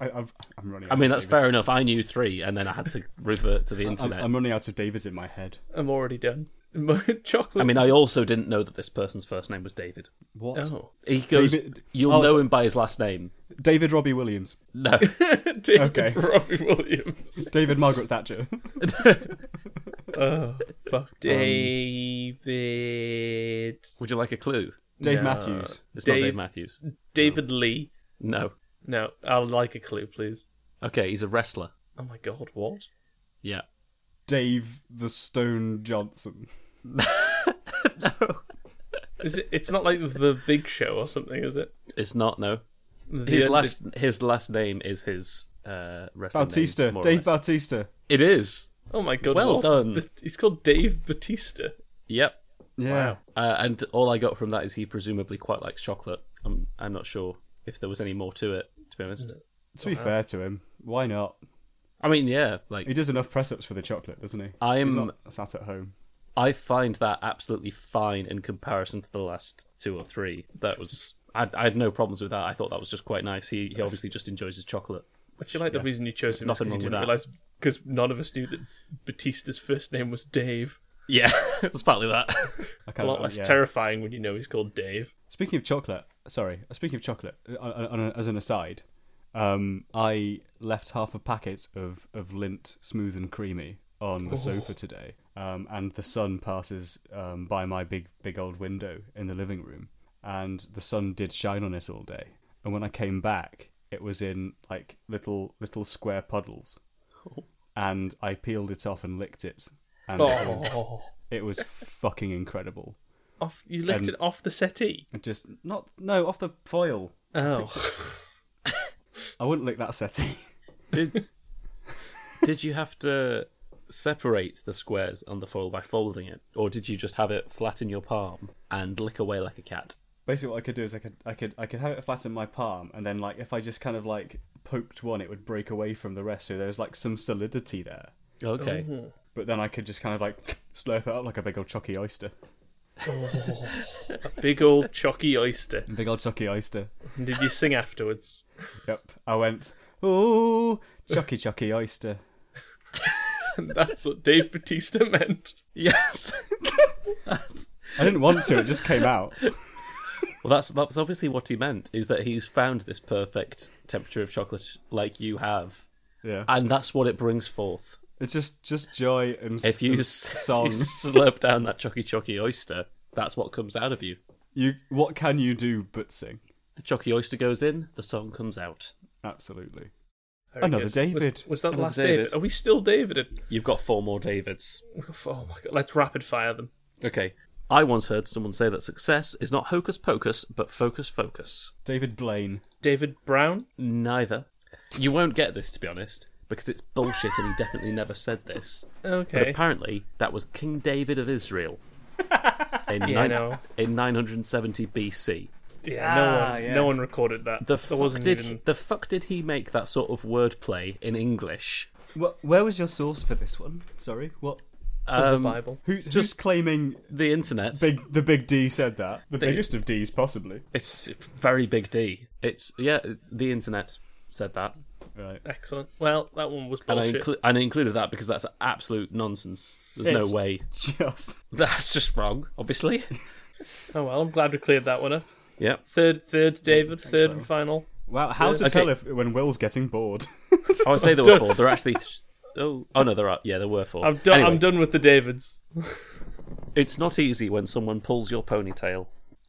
I, I've, I'm running. I mean, that's fair enough. I knew three, and then I had to revert to the I'm, internet. I'm running out of Davids in my head. I'm already done. Chocolate. I mean, I also didn't know that this person's first name was David. What? oh, He goes, David- you'll oh, know so- him by his last name. David Robbie Williams. No, David Okay. Robbie Williams. David Margaret Thatcher. Oh, fuck. Um, David. would you like a clue? Dave No. Matthews. It's not Dave- Dave Matthews. David Lee. No. No, I'll like a clue, please. Okay, he's a wrestler. Oh my god, what? Yeah. Dave the Stone Johnson. Is it? It's not like the Big Show or something, is it? It's not. No. The His end- last his last name is his uh, wrestling Bautista. name, more or Dave less. Bautista. it is. Oh my god. Well what? done. Bat- He's called Dave Batista. Yep. Yeah. Wow. Uh, and all I got from that is he presumably quite likes chocolate. I'm I'm not sure if there was any more to it. To be Mm. honest. To be fair to him, why not? I mean, yeah. Like He does enough press-ups for the chocolate, doesn't he? He's I'm not sat at home. I find that absolutely fine in comparison to the last two or three. That was I, I had no problems with that. I thought that was just quite nice. He he obviously just enjoys his chocolate. I feel like the reason you chose him Nothing is wrong because you with didn't that. realize because none of us knew that Batista's first name was Dave. Yeah, that's partly that. I A can't, lot less yeah. terrifying when you know he's called Dave. Speaking of chocolate, sorry. Speaking of chocolate, uh, on, on, as an aside, um, I left half a packet of, of Lint Smooth and Creamy on the sofa today, um, and the sun passes um, by my big big old window in the living room, and the sun did shine on it all day. And when I came back, it was in like little little square puddles, and I peeled it off and licked it, and it, was, Oh, it was fucking incredible. off you left Um, it off the settee. It just not no off the foil. Oh, I wouldn't lick that settee. Did did you have to separate the squares on the foil by folding it, or did you just have it flat in your palm and lick away like a cat? Basically, what I could do is I could I could I could have it flat in my palm, and then like if I just kind of like poked one, it would break away from the rest, so there's like some solidity there. Okay, But then I could just kind of like slurp it up like a big old chalky oyster, big old chalky oyster. big old chalky oyster. And did you sing afterwards? Yep, I went oh chalky chalky oyster. And that's what Dave Batista meant. yes. I didn't want to; it just came out. Well, that's that's obviously what he meant. Is that he's found this perfect temperature of chocolate like you have, Yeah, and that's what it brings forth. it's just just joy and s- If you, and s- if you song. slurp down that chocky chocky oyster, that's what comes out of you. you what can you do but sing? The chocky oyster goes in, the song comes out. Absolutely. Very Another good. David. Was, was that Another last David. David. Are we still David? You've got four more Davids. Oh my god! Let's rapid fire them. Okay. I once heard someone say that success is not hocus pocus, but focus focus. David Blaine. David Brown. Neither. You won't get this, to be honest, because it's bullshit and he definitely never said this. But Okay. apparently, that was King David of Israel in, Yeah, I nine- know. in 970 BC. Yeah, no Ah, one, yes. no one recorded that. The there fuck, wasn't did even. the fuck did he make that sort of wordplay in English? Wh- Where was your source for this one? Sorry, what? of Um, the Bible. Who's, who's Just- claiming The internet. big, the big D said that? The They- biggest of D's, possibly. It's very big D. It's yeah, the internet said that, Right. Excellent. Well, that one was and I, bullshit. inclu- and I included that because that's absolute nonsense. There's no It's- way. Just. That's just wrong, obviously. oh well, I'm glad we cleared that one up. yeah. Third, third David, third and final. Wow, how to Okay. tell if when Will's getting bored. Oh, I say there were four. There are actually. th- Oh, oh no, there are. Yeah, there were four. I'm done. Anyway, I'm done with the Davids. It's not easy when someone pulls your ponytail.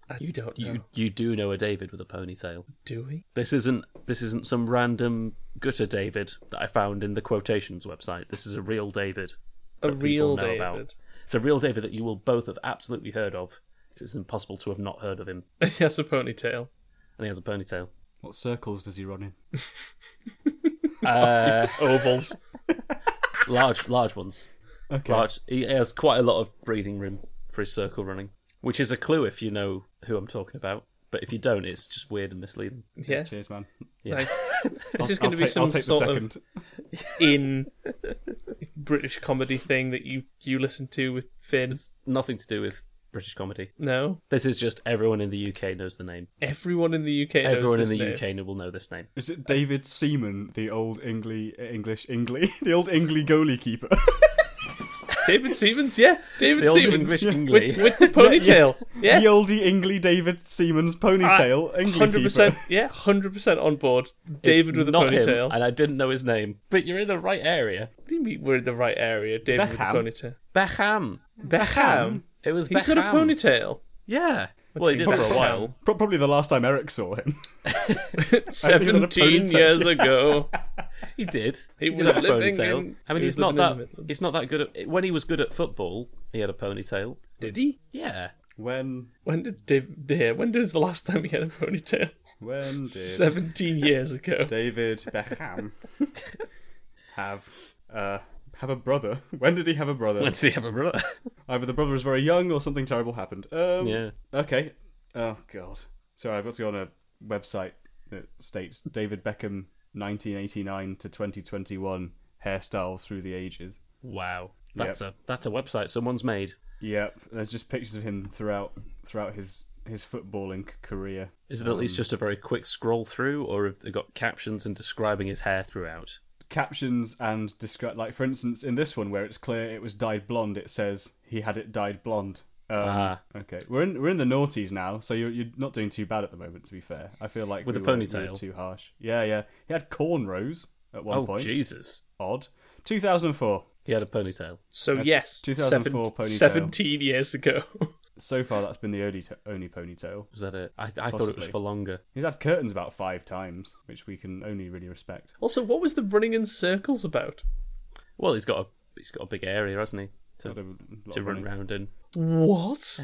Uh, you don't know. You you do know a David with a ponytail. do we? This isn't this isn't some random gutter David that I found in the quotations website. This is a real David. that A people real know David. about. It's a real David that you will both have absolutely heard of. 'cause It's impossible to have not heard of him. he has a ponytail. And he has a ponytail. What circles does he run in? Uh, Ovals. large, large ones. Okay. Large. He has quite a lot of breathing room for his circle running, which is a clue if you know who I'm talking about. But if you don't, it's just weird and misleading. yeah. Cheers, man. Nice. I'll- this is I'll going to be take- some I'll take sort the of second. in British comedy thing that you you listen to with Finn. Nothing to do with British comedy. No, This is just everyone in the UK knows the name. everyone in the UK. everyone in knows the this name. UK will know this name. Is it David Seaman, the old Engli English Engli, the old Engli goalie keeper? David Stevens, yeah, David The old Stevens English yeah. English. with, with the ponytail, yeah, Ah, the oldie Engli David Seaman's ponytail Engli hundred percent, keeper. yeah, hundred percent on board. David with a ponytail. and I didn't know his name. But you're in the right area. What do you mean we're in the right area? David Beckham. with a ponytail. Beckham. Beckham. It was He's Beckham. got a ponytail. Yeah. well, he do did you for mean? a while. Pro- Probably the last time Eric saw him. Seventeen ponytail. years ago, He did. He did was have a living ponytail. in- I mean, he he's was not living that. in the Midlands. He's not that good at. When he was good at football, he had a ponytail. did he? Yeah. When When did David? Yeah, when was the last time he had a ponytail? when did Seventeen years ago. David Beckham have uh, have a brother? When did he have a brother? Let's see, have a brother. Either the brother was very young or something terrible happened. Um, yeah. Okay. Oh god. Sorry, I've got to go on a website that states David Beckham 1989 to 2021 hairstyles through the ages. Wow. That's a that's a website someone's made. Yep. There's just pictures of him throughout throughout his his footballing c- career. Is it at least just a very quick scroll through, or have they got captions and describing his hair throughout? Captions and describe like for instance in this one where it's clear it was dyed blonde it says he had it dyed blonde. Um, Ah. Okay. We're in we're in the noughties now, so you're you're not doing too bad at the moment to be fair. I feel like With we a were- we were ponytail. too harsh. Yeah, yeah. He had cornrows at one oh point. Jesus! odd. 2004. He had a ponytail. Uh, So yes, 2004 seven- ponytail. seventeen years ago. So far, that's been the only, t- only ponytail. Was that it? I, I thought it was Possibly. for longer. He's had curtains about five times, which we can only really respect. also, what was the running in circles about? Well, he's got a he's got a big area, hasn't he? Got a To, lot to of run money. round in. What?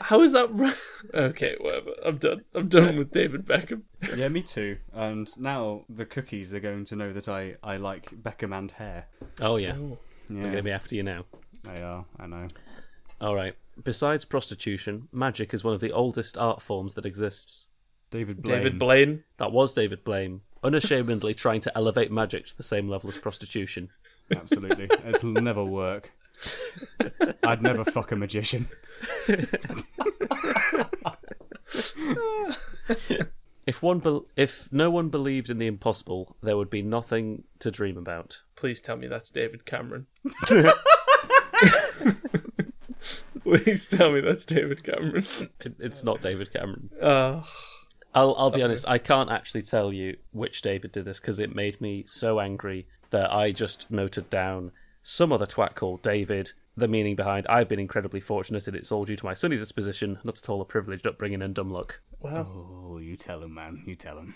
How is that? Ra- okay, whatever. I'm done. I'm done Uh, with David Beckham. Yeah, me too. And now the cookies are going to know that I, I like Beckham and hair. Oh yeah, they're Yeah, going to be after you now. they are. I know. All right. Besides prostitution, magic is one of the oldest art forms that exists. David Blaine. David Blaine. That was David Blaine, unashamedly trying to elevate magic to the same level as prostitution. Absolutely. It'll never work. I'd never fuck a magician. If one, bel if no one believed in the impossible, there would be nothing to dream about. Please tell me that's David Cameron. Please tell me that's David Cameron. It, it's not David Cameron. Uh, I'll, I'll be honest. I can't actually tell you which David did this because it made me so angry that I just noted down some other twat called David. The meaning behind I've been incredibly fortunate, and it's all due to my sunny disposition, not at all a privileged upbringing and dumb luck. wow. Oh, you tell him, man. You tell him.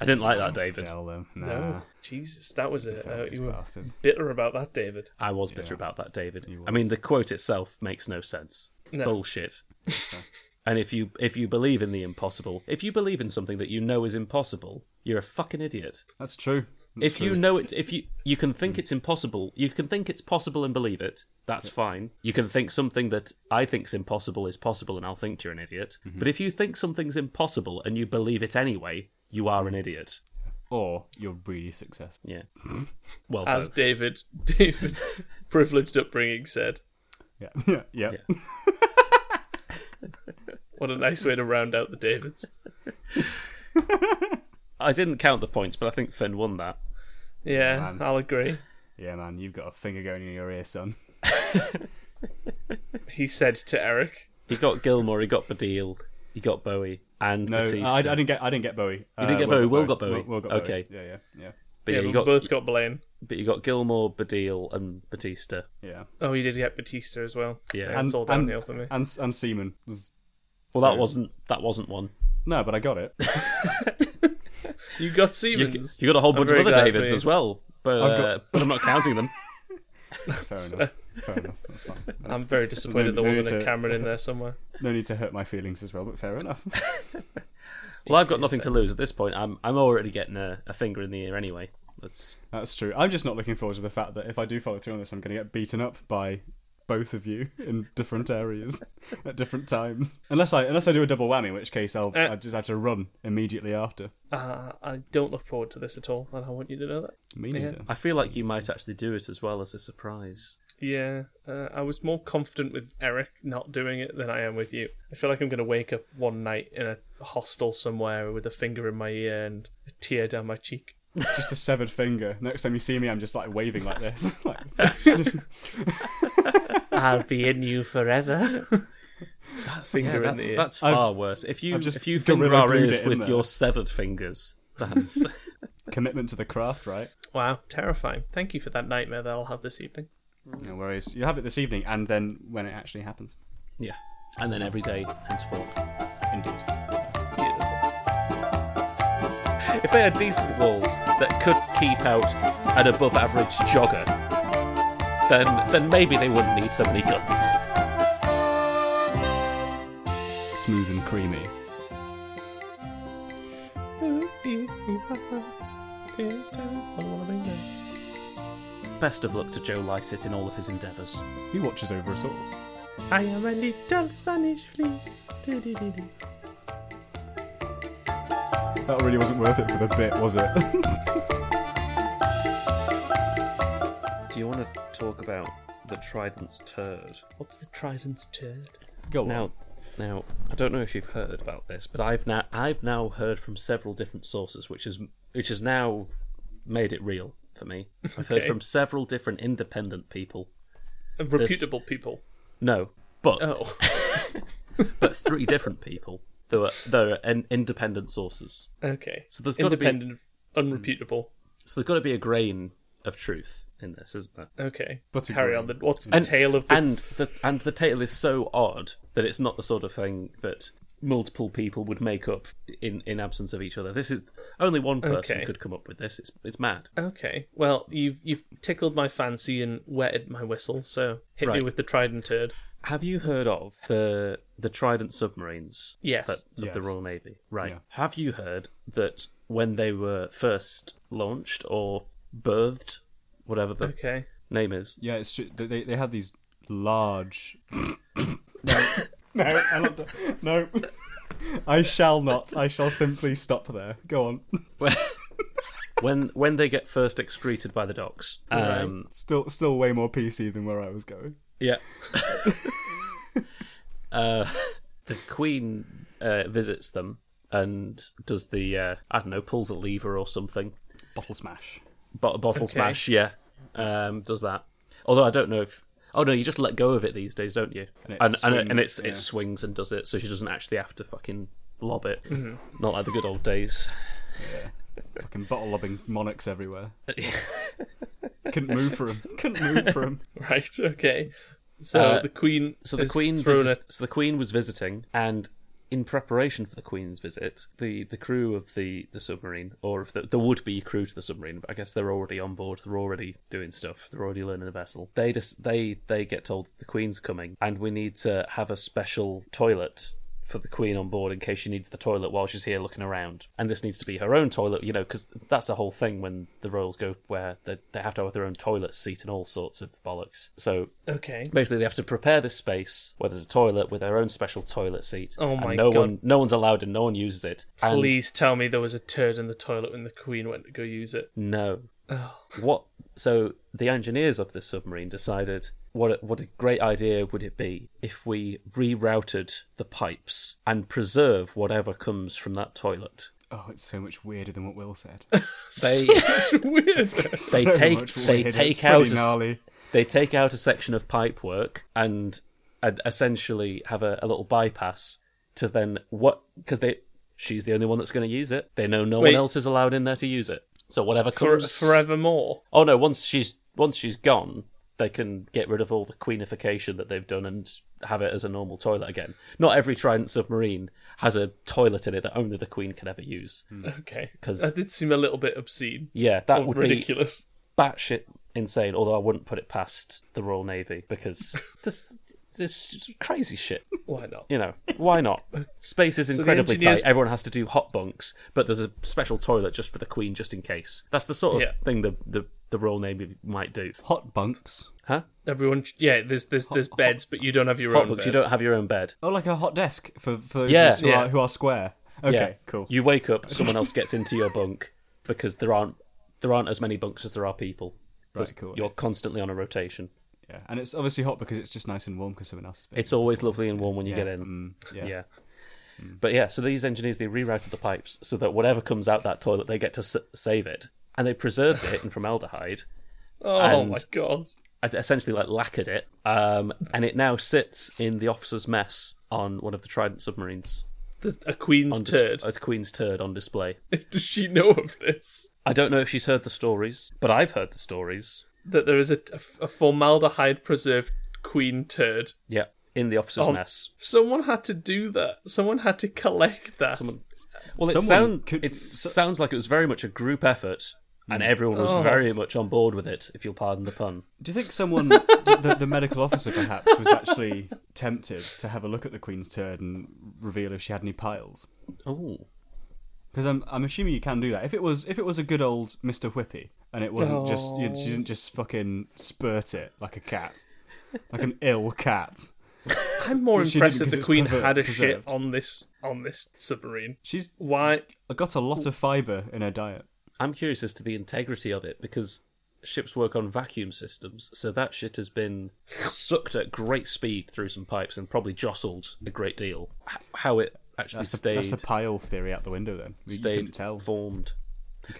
I didn't like that, David. Tell them. Nah. No, oh, Jesus, that was it. Tell Uh, these you were bastards. bitter about that, David. I was bitter about that, David. I was. mean, the quote itself makes no sense. It's No. bullshit. and if you if you believe in the impossible, if you believe in something that you know is impossible, you're a fucking idiot. That's true. if you know it, if you you can think it's impossible, you can think it's possible and believe it. That's fine. You can think something that I think's impossible is possible, and I'll think you're an idiot. Mm-hmm. But if you think something's impossible and you believe it anyway, you are Mm-hmm. an idiot. or you're really successful. Yeah. Mm-hmm. Well, As both. David, David, privileged upbringing said. Yeah, yeah, yeah. What a nice way to round out the Davids. I didn't count the points, but I think Finn won that. Yeah, Man. I'll agree. Yeah, man, you've got a finger going in your ear, son. He said to Eric, He got Gilmore, he got Badil, he got Bowie, and No, Batista. I, I didn't get. I didn't get Bowie. Uh, You didn't get Bowie, Will got Bowie. Will, Will got Okay. Bowie. Yeah, yeah, but yeah, yeah, we you got both got Blaine. but you got Gilmore, Badil, and Batista. yeah, yeah. Oh, he did get Batista as well. Yeah. it's all and, downhill for me. and and Seaman. Z- Well, So- that wasn't that wasn't one. No, but I got it. You got You, Stevens. you got a whole bunch of very other glad for Davids you. as well, but I've uh, got- but I'm not counting them. Fair enough. Fair enough. That's fine. Um, That's- I'm very disappointed No- there wasn't no, a it's a- Cameron in there somewhere. no need to hurt my feelings as well, but fair enough. Well, I've got nothing to lose at this point. I'm I'm already getting a, a finger in the ear anyway. That's That's true. I'm just not looking forward to the fact that if I do follow through on this, I'm going to get beaten up by both of you in different areas at different times. Unless I unless I do a double whammy, in which case I'll Uh. I just have to run immediately after. Uh, I don't look forward to this at all, and I want you to know that. Me Yeah. neither. I feel like you might actually do it as well as a surprise. Yeah, uh, I was more confident with Eric not doing it than I am with you. I feel like I'm going to wake up one night in a hostel somewhere with a finger in my ear and a tear down my cheek. Just a severed finger. Next time you see me, I'm just like waving like this. like, just- I'll be in you forever. That's Finger in that's, the ear. that's I've- far worse. If you I've just if you gorilla finger our glued ears it in with there. your severed fingers, that's commitment to the craft, right? wow, terrifying. Thank you for that nightmare that I'll have this evening. No worries. You have it this evening, and then when it actually happens. yeah. And then every day henceforth. Indeed. If they had decent walls that could keep out an above average jogger, then then maybe they wouldn't need so many guns. Smooth and creamy. Best of luck to Joe Lycett in all of his endeavours. He watches over us all. I am a little Spanish flea. Do-do-do-do. That really wasn't worth it for the bit, was it? Do you want to talk about the Trident's turd? What's the trident's turd? Go on. Now, now I don't know if you've heard about this, but I've now I've now heard from several different sources, which is which has now made it real for me. I've heard Okay. from several different independent people. Uh, Reputable people. No, but Oh, but three different people. There are there are in, independent sources, okay. So there's gotta be- Mm. independent, unreputable. so there's got to be a grain of truth in this, isn't there? Okay. But a carry green. on. Then what's the And- tale of the And the and the tale is so odd that it's not the sort of thing that multiple people would make up in in absence of each other. This is only one person Okay. could come up with this. It's it's mad. Okay. Well, you've you've tickled my fancy and wetted my whistle, so hit me Right. with the trident turd. Have you heard of the the Trident submarines? Yes. That, of the Yes. Royal Navy. Right. Yeah. Have you heard that when they were first launched or birthed, whatever the Okay. name is, Yeah, it's true. They, they, they had these large. no, no, I'm not do- no. I shall not. I shall simply stop there. Go on. when when they get first excreted by the docks, um, Still, still way more PC than where I was going. Yeah. uh, the Queen uh, visits them and does the uh, I don't know, pulls a lever or something, Bottle smash. Bo- bottle smash. Yeah, um, does that. Although I don't know if. Oh no, you just let go of it these days, don't you? And it And and, swings, and it's yeah. it swings and does it, so she doesn't actually have to fucking lob it. Mm-hmm. Not like the good old days. Fucking bottle lobbing monarchs everywhere. Uh, Couldn't move for him. Couldn't move for him. Right. Okay. So Uh, the queen. So the has queen thrown visit- so the queen was visiting and in preparation for the Queen's visit, the, the crew of the, the submarine, or if the, the would be crew to the submarine, but I guess they're already on board, they're already doing stuff, they're already learning the vessel. They just they they get told that the Queen's coming, and we need to have a special toilet for the Queen on board in case she needs the toilet while she's here looking around. And this needs to be her own toilet, you know, because that's the whole thing when the royals go where they, they have to have their own toilet seat and all sorts of bollocks. So Okay. basically they have to prepare this space where there's a toilet with their own special toilet seat. Oh my and no God. one no one's allowed and no one uses it. And Please tell me there was a turd in the toilet when the Queen went to go use it. no. Oh. What so the engineers of this submarine decided what a, what a great idea would it be if we rerouted the pipes and preserve whatever comes from that toilet. Oh, it's so much weirder than what Will said. They Weird. they So take much they weirder. It's take pretty out a, s- gnarly. they take out a section of pipework and, and essentially have a, a little bypass to then what because they she's the only one that's going to use it. They know no Wait. one else is allowed in there to use it. So whatever For, comes forevermore. Oh no! Once she's once she's gone, they can get rid of all the queenification that they've done and have it as a normal toilet again. Not every Trident submarine has a toilet in it that only the queen can ever use. Okay. 'Cause- That did seem a little bit obscene. Yeah, that or would be ridiculous. batshit insane. Although I wouldn't put it past the Royal Navy because this this crazy shit. Why not? You know why not? Space is the incredibly engineers- tight. Everyone has to do hot bunks, but there's a special toilet just for the Queen, just in case. That's the sort of Yeah. thing the the the Royal Navy might do, Hot bunks. huh? Everyone, yeah, there's there's there's beds, but you don't have your Hot own. bunks. bed. You don't have your own bed. Oh, like a hot desk for, for those Yeah. of us who, Yeah. Are, who are square. Okay, Yeah. cool. You wake up, someone else gets into your bunk because there aren't there aren't as many bunks as there are people. There's- cool. You're constantly on a rotation. Yeah, and it's obviously hot because it's just nice and warm because someone else is. It's always lovely and warm when you get in. yeah. Mm. yeah. But yeah, so these engineers they rerouted the pipes so that whatever comes out that toilet they get to s- save it, and they preserved it in formaldehyde, Oh and- my god. and essentially like lacquered it, um, and it now sits in the officers' mess on one of the Trident submarines. There's a queen's On dis- turd. a Queen's turd on display. Does she know of this? I don't know if she's heard the stories, but I've heard the stories. That there is a, a formaldehyde preserved queen turd. Yeah, in the officer's Oh. mess. Someone had to do that. Someone had to collect that. Someone, well, it, Someone sound, could- Mm. it so- sounds like it was very much a group effort, and everyone was Oh. very much on board with it, if you'll pardon the pun. Do you think someone, the, the medical officer perhaps, was actually tempted to have a look at the Queen's turd and reveal if she had any piles? Oh, Because I'm, I'm assuming you can do that. If it was if it was a good old Mister Whippy and it wasn't just you, she didn't just fucking spurt it like a cat, like an ill cat. I'm more Well, she impressed didn't that the 'cause it's queen prever- had a preserved. shit on this on this submarine. She's Why? got a lot of fibre in her diet. I'm curious as to the integrity of it because ships work on vacuum systems, so that shit has been sucked at great speed through some pipes and probably jostled a great deal. H- How it actually That's the, stayed that's the pile theory out the window. Then you stayed couldn't tell. formed.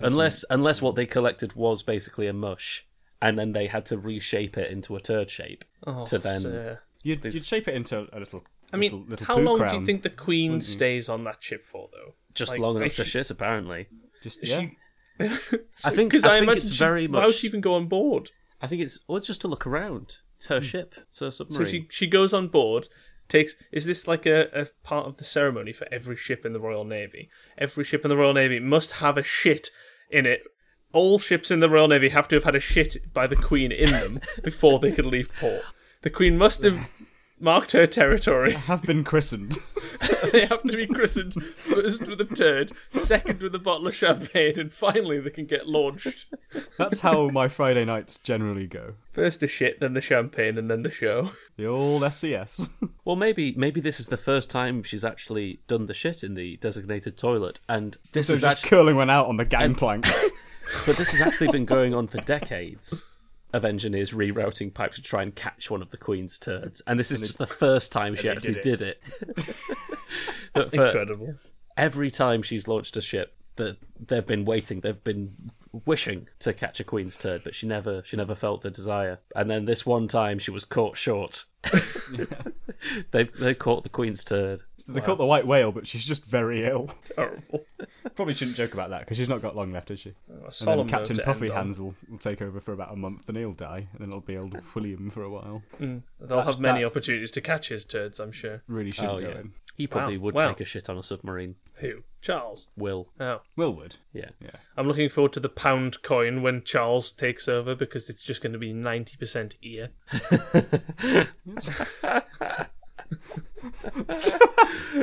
Unless unless what they collected was basically a mush, and then they had to reshape it into a turd shape Oh, to then. sir. You'd, you'd shape it into a little. I mean, little, little how poo long do crown. Mm-hmm. you think the queen stays on that ship for, though? just Like, long enough if to she- shit apparently Just yeah. i think Because i, I, think imagine it's she- very Why would much she even go on board? i think it's well, just to look around it's her ship it's her Hmm. So submarine she she goes on board. Takes is this like a, a part of the ceremony for every ship in the Royal Navy? Every ship in the Royal Navy must have a shit in it. All ships in the Royal Navy have to have had a shit by the Queen in them before they could leave port. The Queen must have marked her territory. have been christened. they have to be christened first with a turd, second with a bottle of champagne, and finally they can get launched. That's how my Friday nights generally go. First the shit, then the champagne, and then the show. The old E SES. well maybe maybe this is the first time she's actually done the shit in the designated toilet and this so is just actually curling one out on the gangplank. but this has actually been going on for decades of engineers rerouting pipes to try and catch one of the queen's turds and this is just the first time she actually did did it, But for- Incredible. every time she's launched a ship that they've been waiting they've been wishing to catch a queen's turd but she never she never felt the desire and then this one time she was caught short they've they caught the queen's turd they caught the white whale, but she's just very ill. Terrible. Probably shouldn't joke about that because she's not got long left, has she? A And then solemn Captain note to Puffy end on. Hands will, will take over for about a month, and he'll die, and then it'll be old William for a while. They'll have That's many that- Mm. opportunities to catch his turds, I'm sure. Really shouldn't Oh, go yeah. in. He probably would Wow. take a shit on a submarine. Who? Charles. Will. Oh. Willwood. Yeah. Yeah. I'm looking forward to the pound coin when Charles takes over because it's just going to be 90% ear.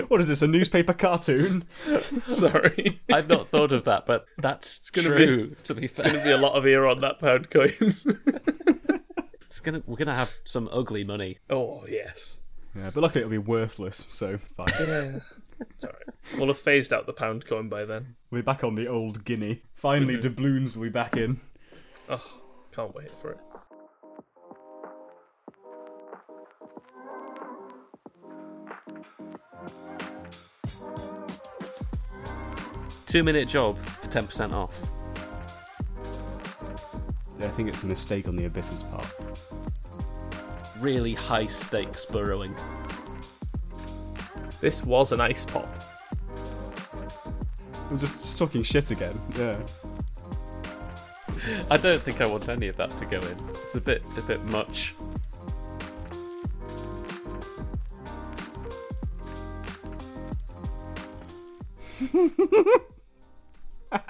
What is this? A newspaper cartoon? Sorry. I've not thought of that, but that's gonna true. to be fair, There'll be a lot of ear on that pound coin. it's gonna we're gonna have some ugly money. oh, yes. Yeah, but luckily it'll be worthless, so fine. Yeah. It's all right. We'll have phased out the pound coin by then. We're back on the old guinea. Finally, doubloons will be back in. Oh, can't wait for it. Two minute job for ten percent off. Yeah, I think it's a mistake on the abysses part. Really high stakes burrowing. This was an ice pop. I'm just talking shit again. Yeah. I don't think I want any of that to go in. It's a bit a bit much.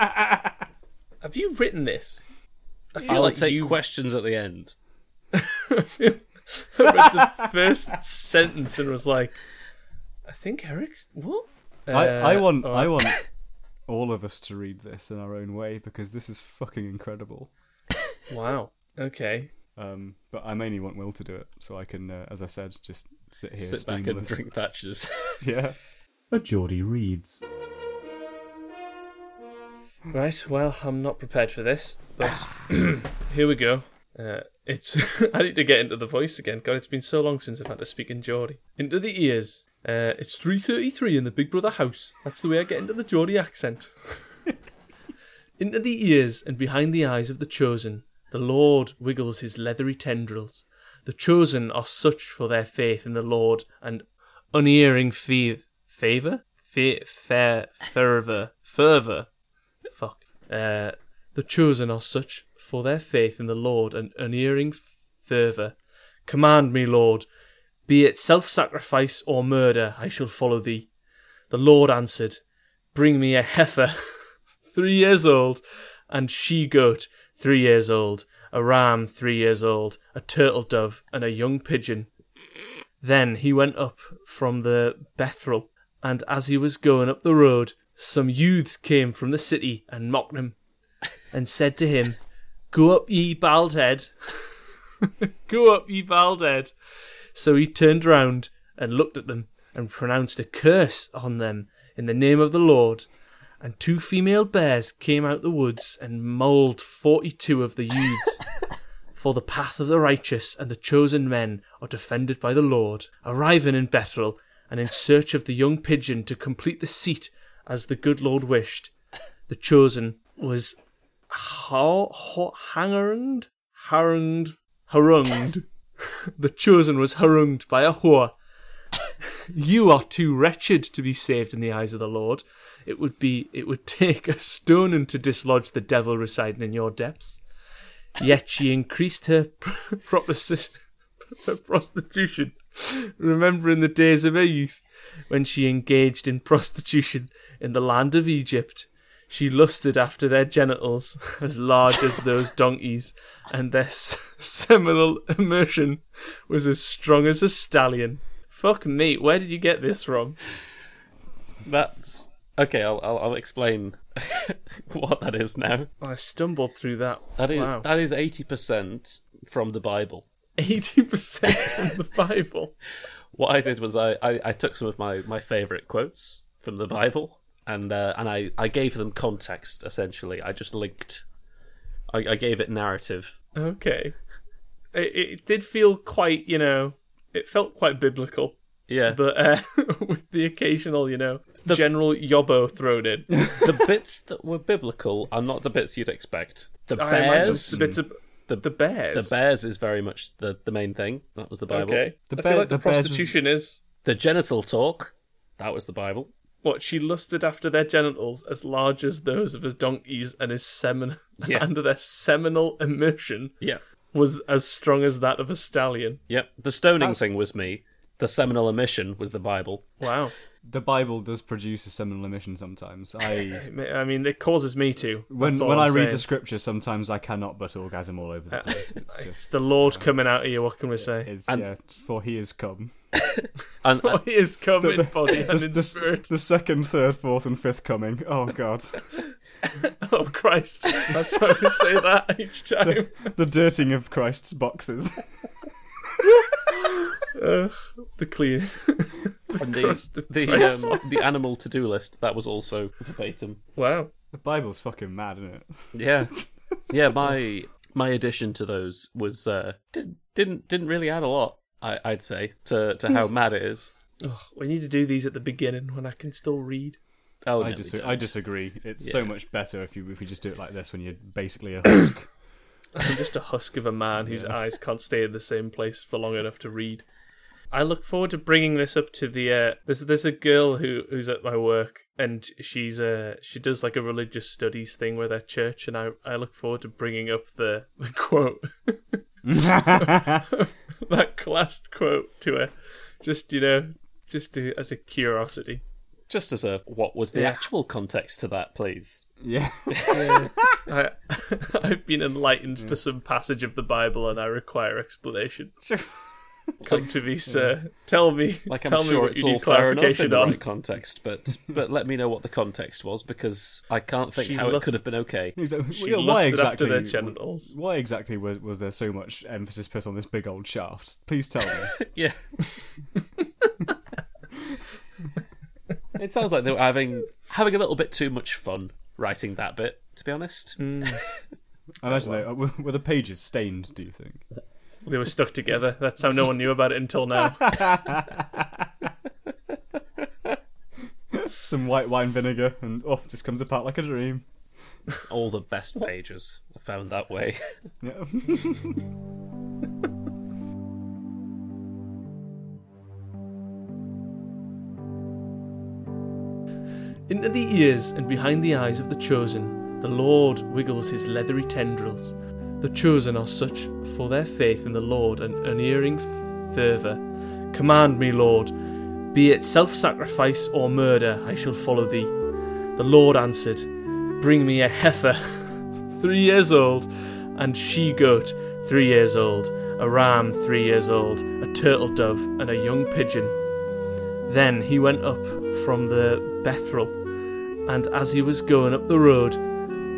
Have you written this? I feel I'll like take you questions at the end. read the first sentence and was like, I think Eric's. What? I, I Uh, want oh. I want all of us to read this in our own way because this is fucking incredible. Wow. Okay. Um, but I mainly want Will to do it so I can, uh, as I said, just sit here. Sit back and steamless. drink Thatcher's. Yeah. A Geordie reads. Right. Well, I'm not prepared for this, but here we go. Uh, it's I need to get into the voice again. God, it's been so long since I've had to speak in Geordie. Into the ears. Uh, it's three thirty-three in the Big Brother house. That's the way I get into the Geordie accent. into the ears and behind the eyes of the chosen, the Lord wiggles his leathery tendrils. The chosen are such for their faith in the Lord and unerring fe- favor, fe- fair fervor, fervor fuck. Uh, the chosen are such for their faith in the Lord and unerring fervour. Command me, Lord, be it self sacrifice or murder, I shall follow thee. The Lord answered, Bring me a heifer, three years old, and she goat, three years old, a ram, three years old, a turtle dove, and a young pigeon. Then he went up from the Bethrel, and as he was going up the road, some youths came from the city and mocked him, and said to him, Go up, ye bald head. Go up, ye bald head. So he turned round and looked at them, and pronounced a curse on them in the name of the Lord. And two female bears came out the woods and mauled forty two of the youths. For the path of the righteous and the chosen men are defended by the Lord. Arriving in Bethel and in search of the young pigeon to complete the seat as the good Lord wished, the chosen was ha- ha- hangerunged, harunged, harunged. the chosen was harunged by a whore. you are too wretched to be saved in the eyes of the Lord. It would be, it would take a stone to dislodge the devil residing in your depths yet she increased her pr- proposition, her prostitution, remembering the days of her youth when she engaged in prostitution in the land of Egypt. She lusted after their genitals as large as those donkeys, and their s- seminal immersion was as strong as a stallion. Fuck me, where did you get this from? That's okay. I'll I'll, I'll explain what that is now. I stumbled through that. That is wow. that is eighty percent from the Bible. 80% from the Bible. What I did was I, I, I took some of my, my favourite quotes from the Bible and uh, and I, I gave them context essentially. I just linked, I, I gave it narrative. Okay. It, it did feel quite, you know, it felt quite biblical, Yeah, but but uh, with the occasional, you know, general yobbo thrown in. the bits that were biblical are not the bits you'd expect. The I imagine bears, the bits of the, the the bears. bears is very much the, the main thing. That was the Bible. Okay. The I bear- feel like the, the bears was- prostitution is The genital talk, that was the Bible. what she lusted after their genitals as large as those of his donkeys, and his semen Yeah. under their seminal immersion Yeah, was as strong as that of a stallion. yep. The stoning That's- thing was me. The seminal emission was the Bible. Wow. the Bible does produce a seminal emission sometimes. I I mean, it causes me to. when That's all when i I'm read saying. Uh, the scripture, sometimes I cannot but orgasm all over the place. It's It's just the Lord coming out of you. What can we say? it's, yeah, for he is come. And, and He is come The- in body and the, in the- spirit. the second, third, fourth, and fifth coming. Oh God, Oh Christ! That's why we say that each time. the dirting of Christ's boxes. Uh, the clean. and Christ, the the the, Christ. um, the animal to do list that was also verbatim. Wow. The Bible's fucking mad, isn't it? Yeah, yeah. My my addition to those was uh, did, didn't didn't really add a lot. I, I'd say to to how mad it is. Ugh, we need to do these at the beginning when I can still read. Oh, no, I, we dis- I don't. disagree. It's so Yeah. much better if you if you just do it like this when you're basically a husk. I'm just a husk of a man whose Yeah. eyes can't stay in the same place for long enough to read. I look forward to bringing this up to the. Uh, there's there's a girl who who's at my work and she's uh she does like a religious studies thing with her church and I I look forward to bringing up the the quote that classed quote to her, just you know just to, as a curiosity. Just as a what was the Yeah. actual context to that, please? yeah, I I've been enlightened Mm. to some passage of the Bible and I require explanation. Come to me, sir. Tell me. Like I'm tell me sure what it's you all need fair enough in clarification the on. right context, but but let me know what the context was because I can't think She how it loved- could have been okay. exactly. She Yeah, why lusted exactly? after their genitals. Why exactly was, was there so much emphasis put on this big old shaft? Please tell me. Yeah. it sounds like they were having having a little bit too much fun writing that bit. To be honest, I imagine they, uh, were, were the pages stained? Do you think? They were stuck together. That's how no one knew about it until now. Some white wine vinegar, and oh, it just comes apart like a dream. all the best pages are found that way. Yeah. Into the ears and behind the eyes of the chosen, the Lord wiggles his leathery tendrils. The chosen are such for their faith in the Lord and unerring f- fervour. Command me, Lord, be it self sacrifice or murder, I shall follow thee. The Lord answered, Bring me a heifer, three years old, and she goat, three years old, a ram, three years old, a turtle dove, and a young pigeon. Then he went up from the Bethrel, and as he was going up the road,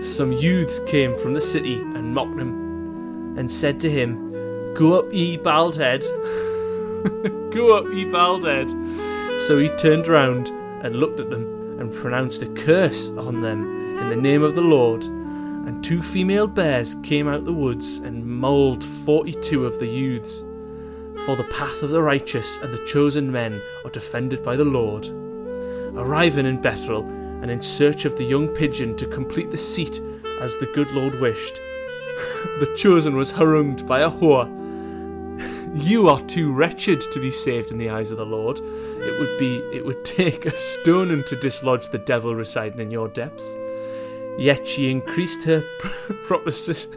some youths came from the city and mocked him, and said to him, Go up, ye bald head! Go up, ye bald head! So he turned round and looked at them, and pronounced a curse on them in the name of the Lord. And two female bears came out the woods and mauled forty two of the youths. For the path of the righteous and the chosen men are defended by the Lord. Arriving in Bethel and in search of the young pigeon to complete the seat as the good Lord wished, the chosen was harangued by a whore. You are too wretched to be saved in the eyes of the Lord. It would be it would take a stone to dislodge the devil residing in your depths. Yet she increased her proposis-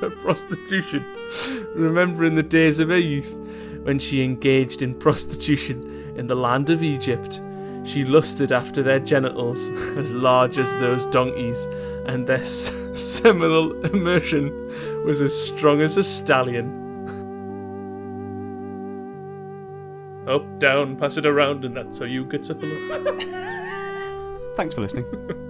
her prostitution, remembering the days of her youth when she engaged in prostitution in the land of Egypt. She lusted after their genitals as large as those donkeys, and their s- seminal immersion was as strong as a stallion. Up, down, pass it around, and that's how you get syphilis. Thanks for listening.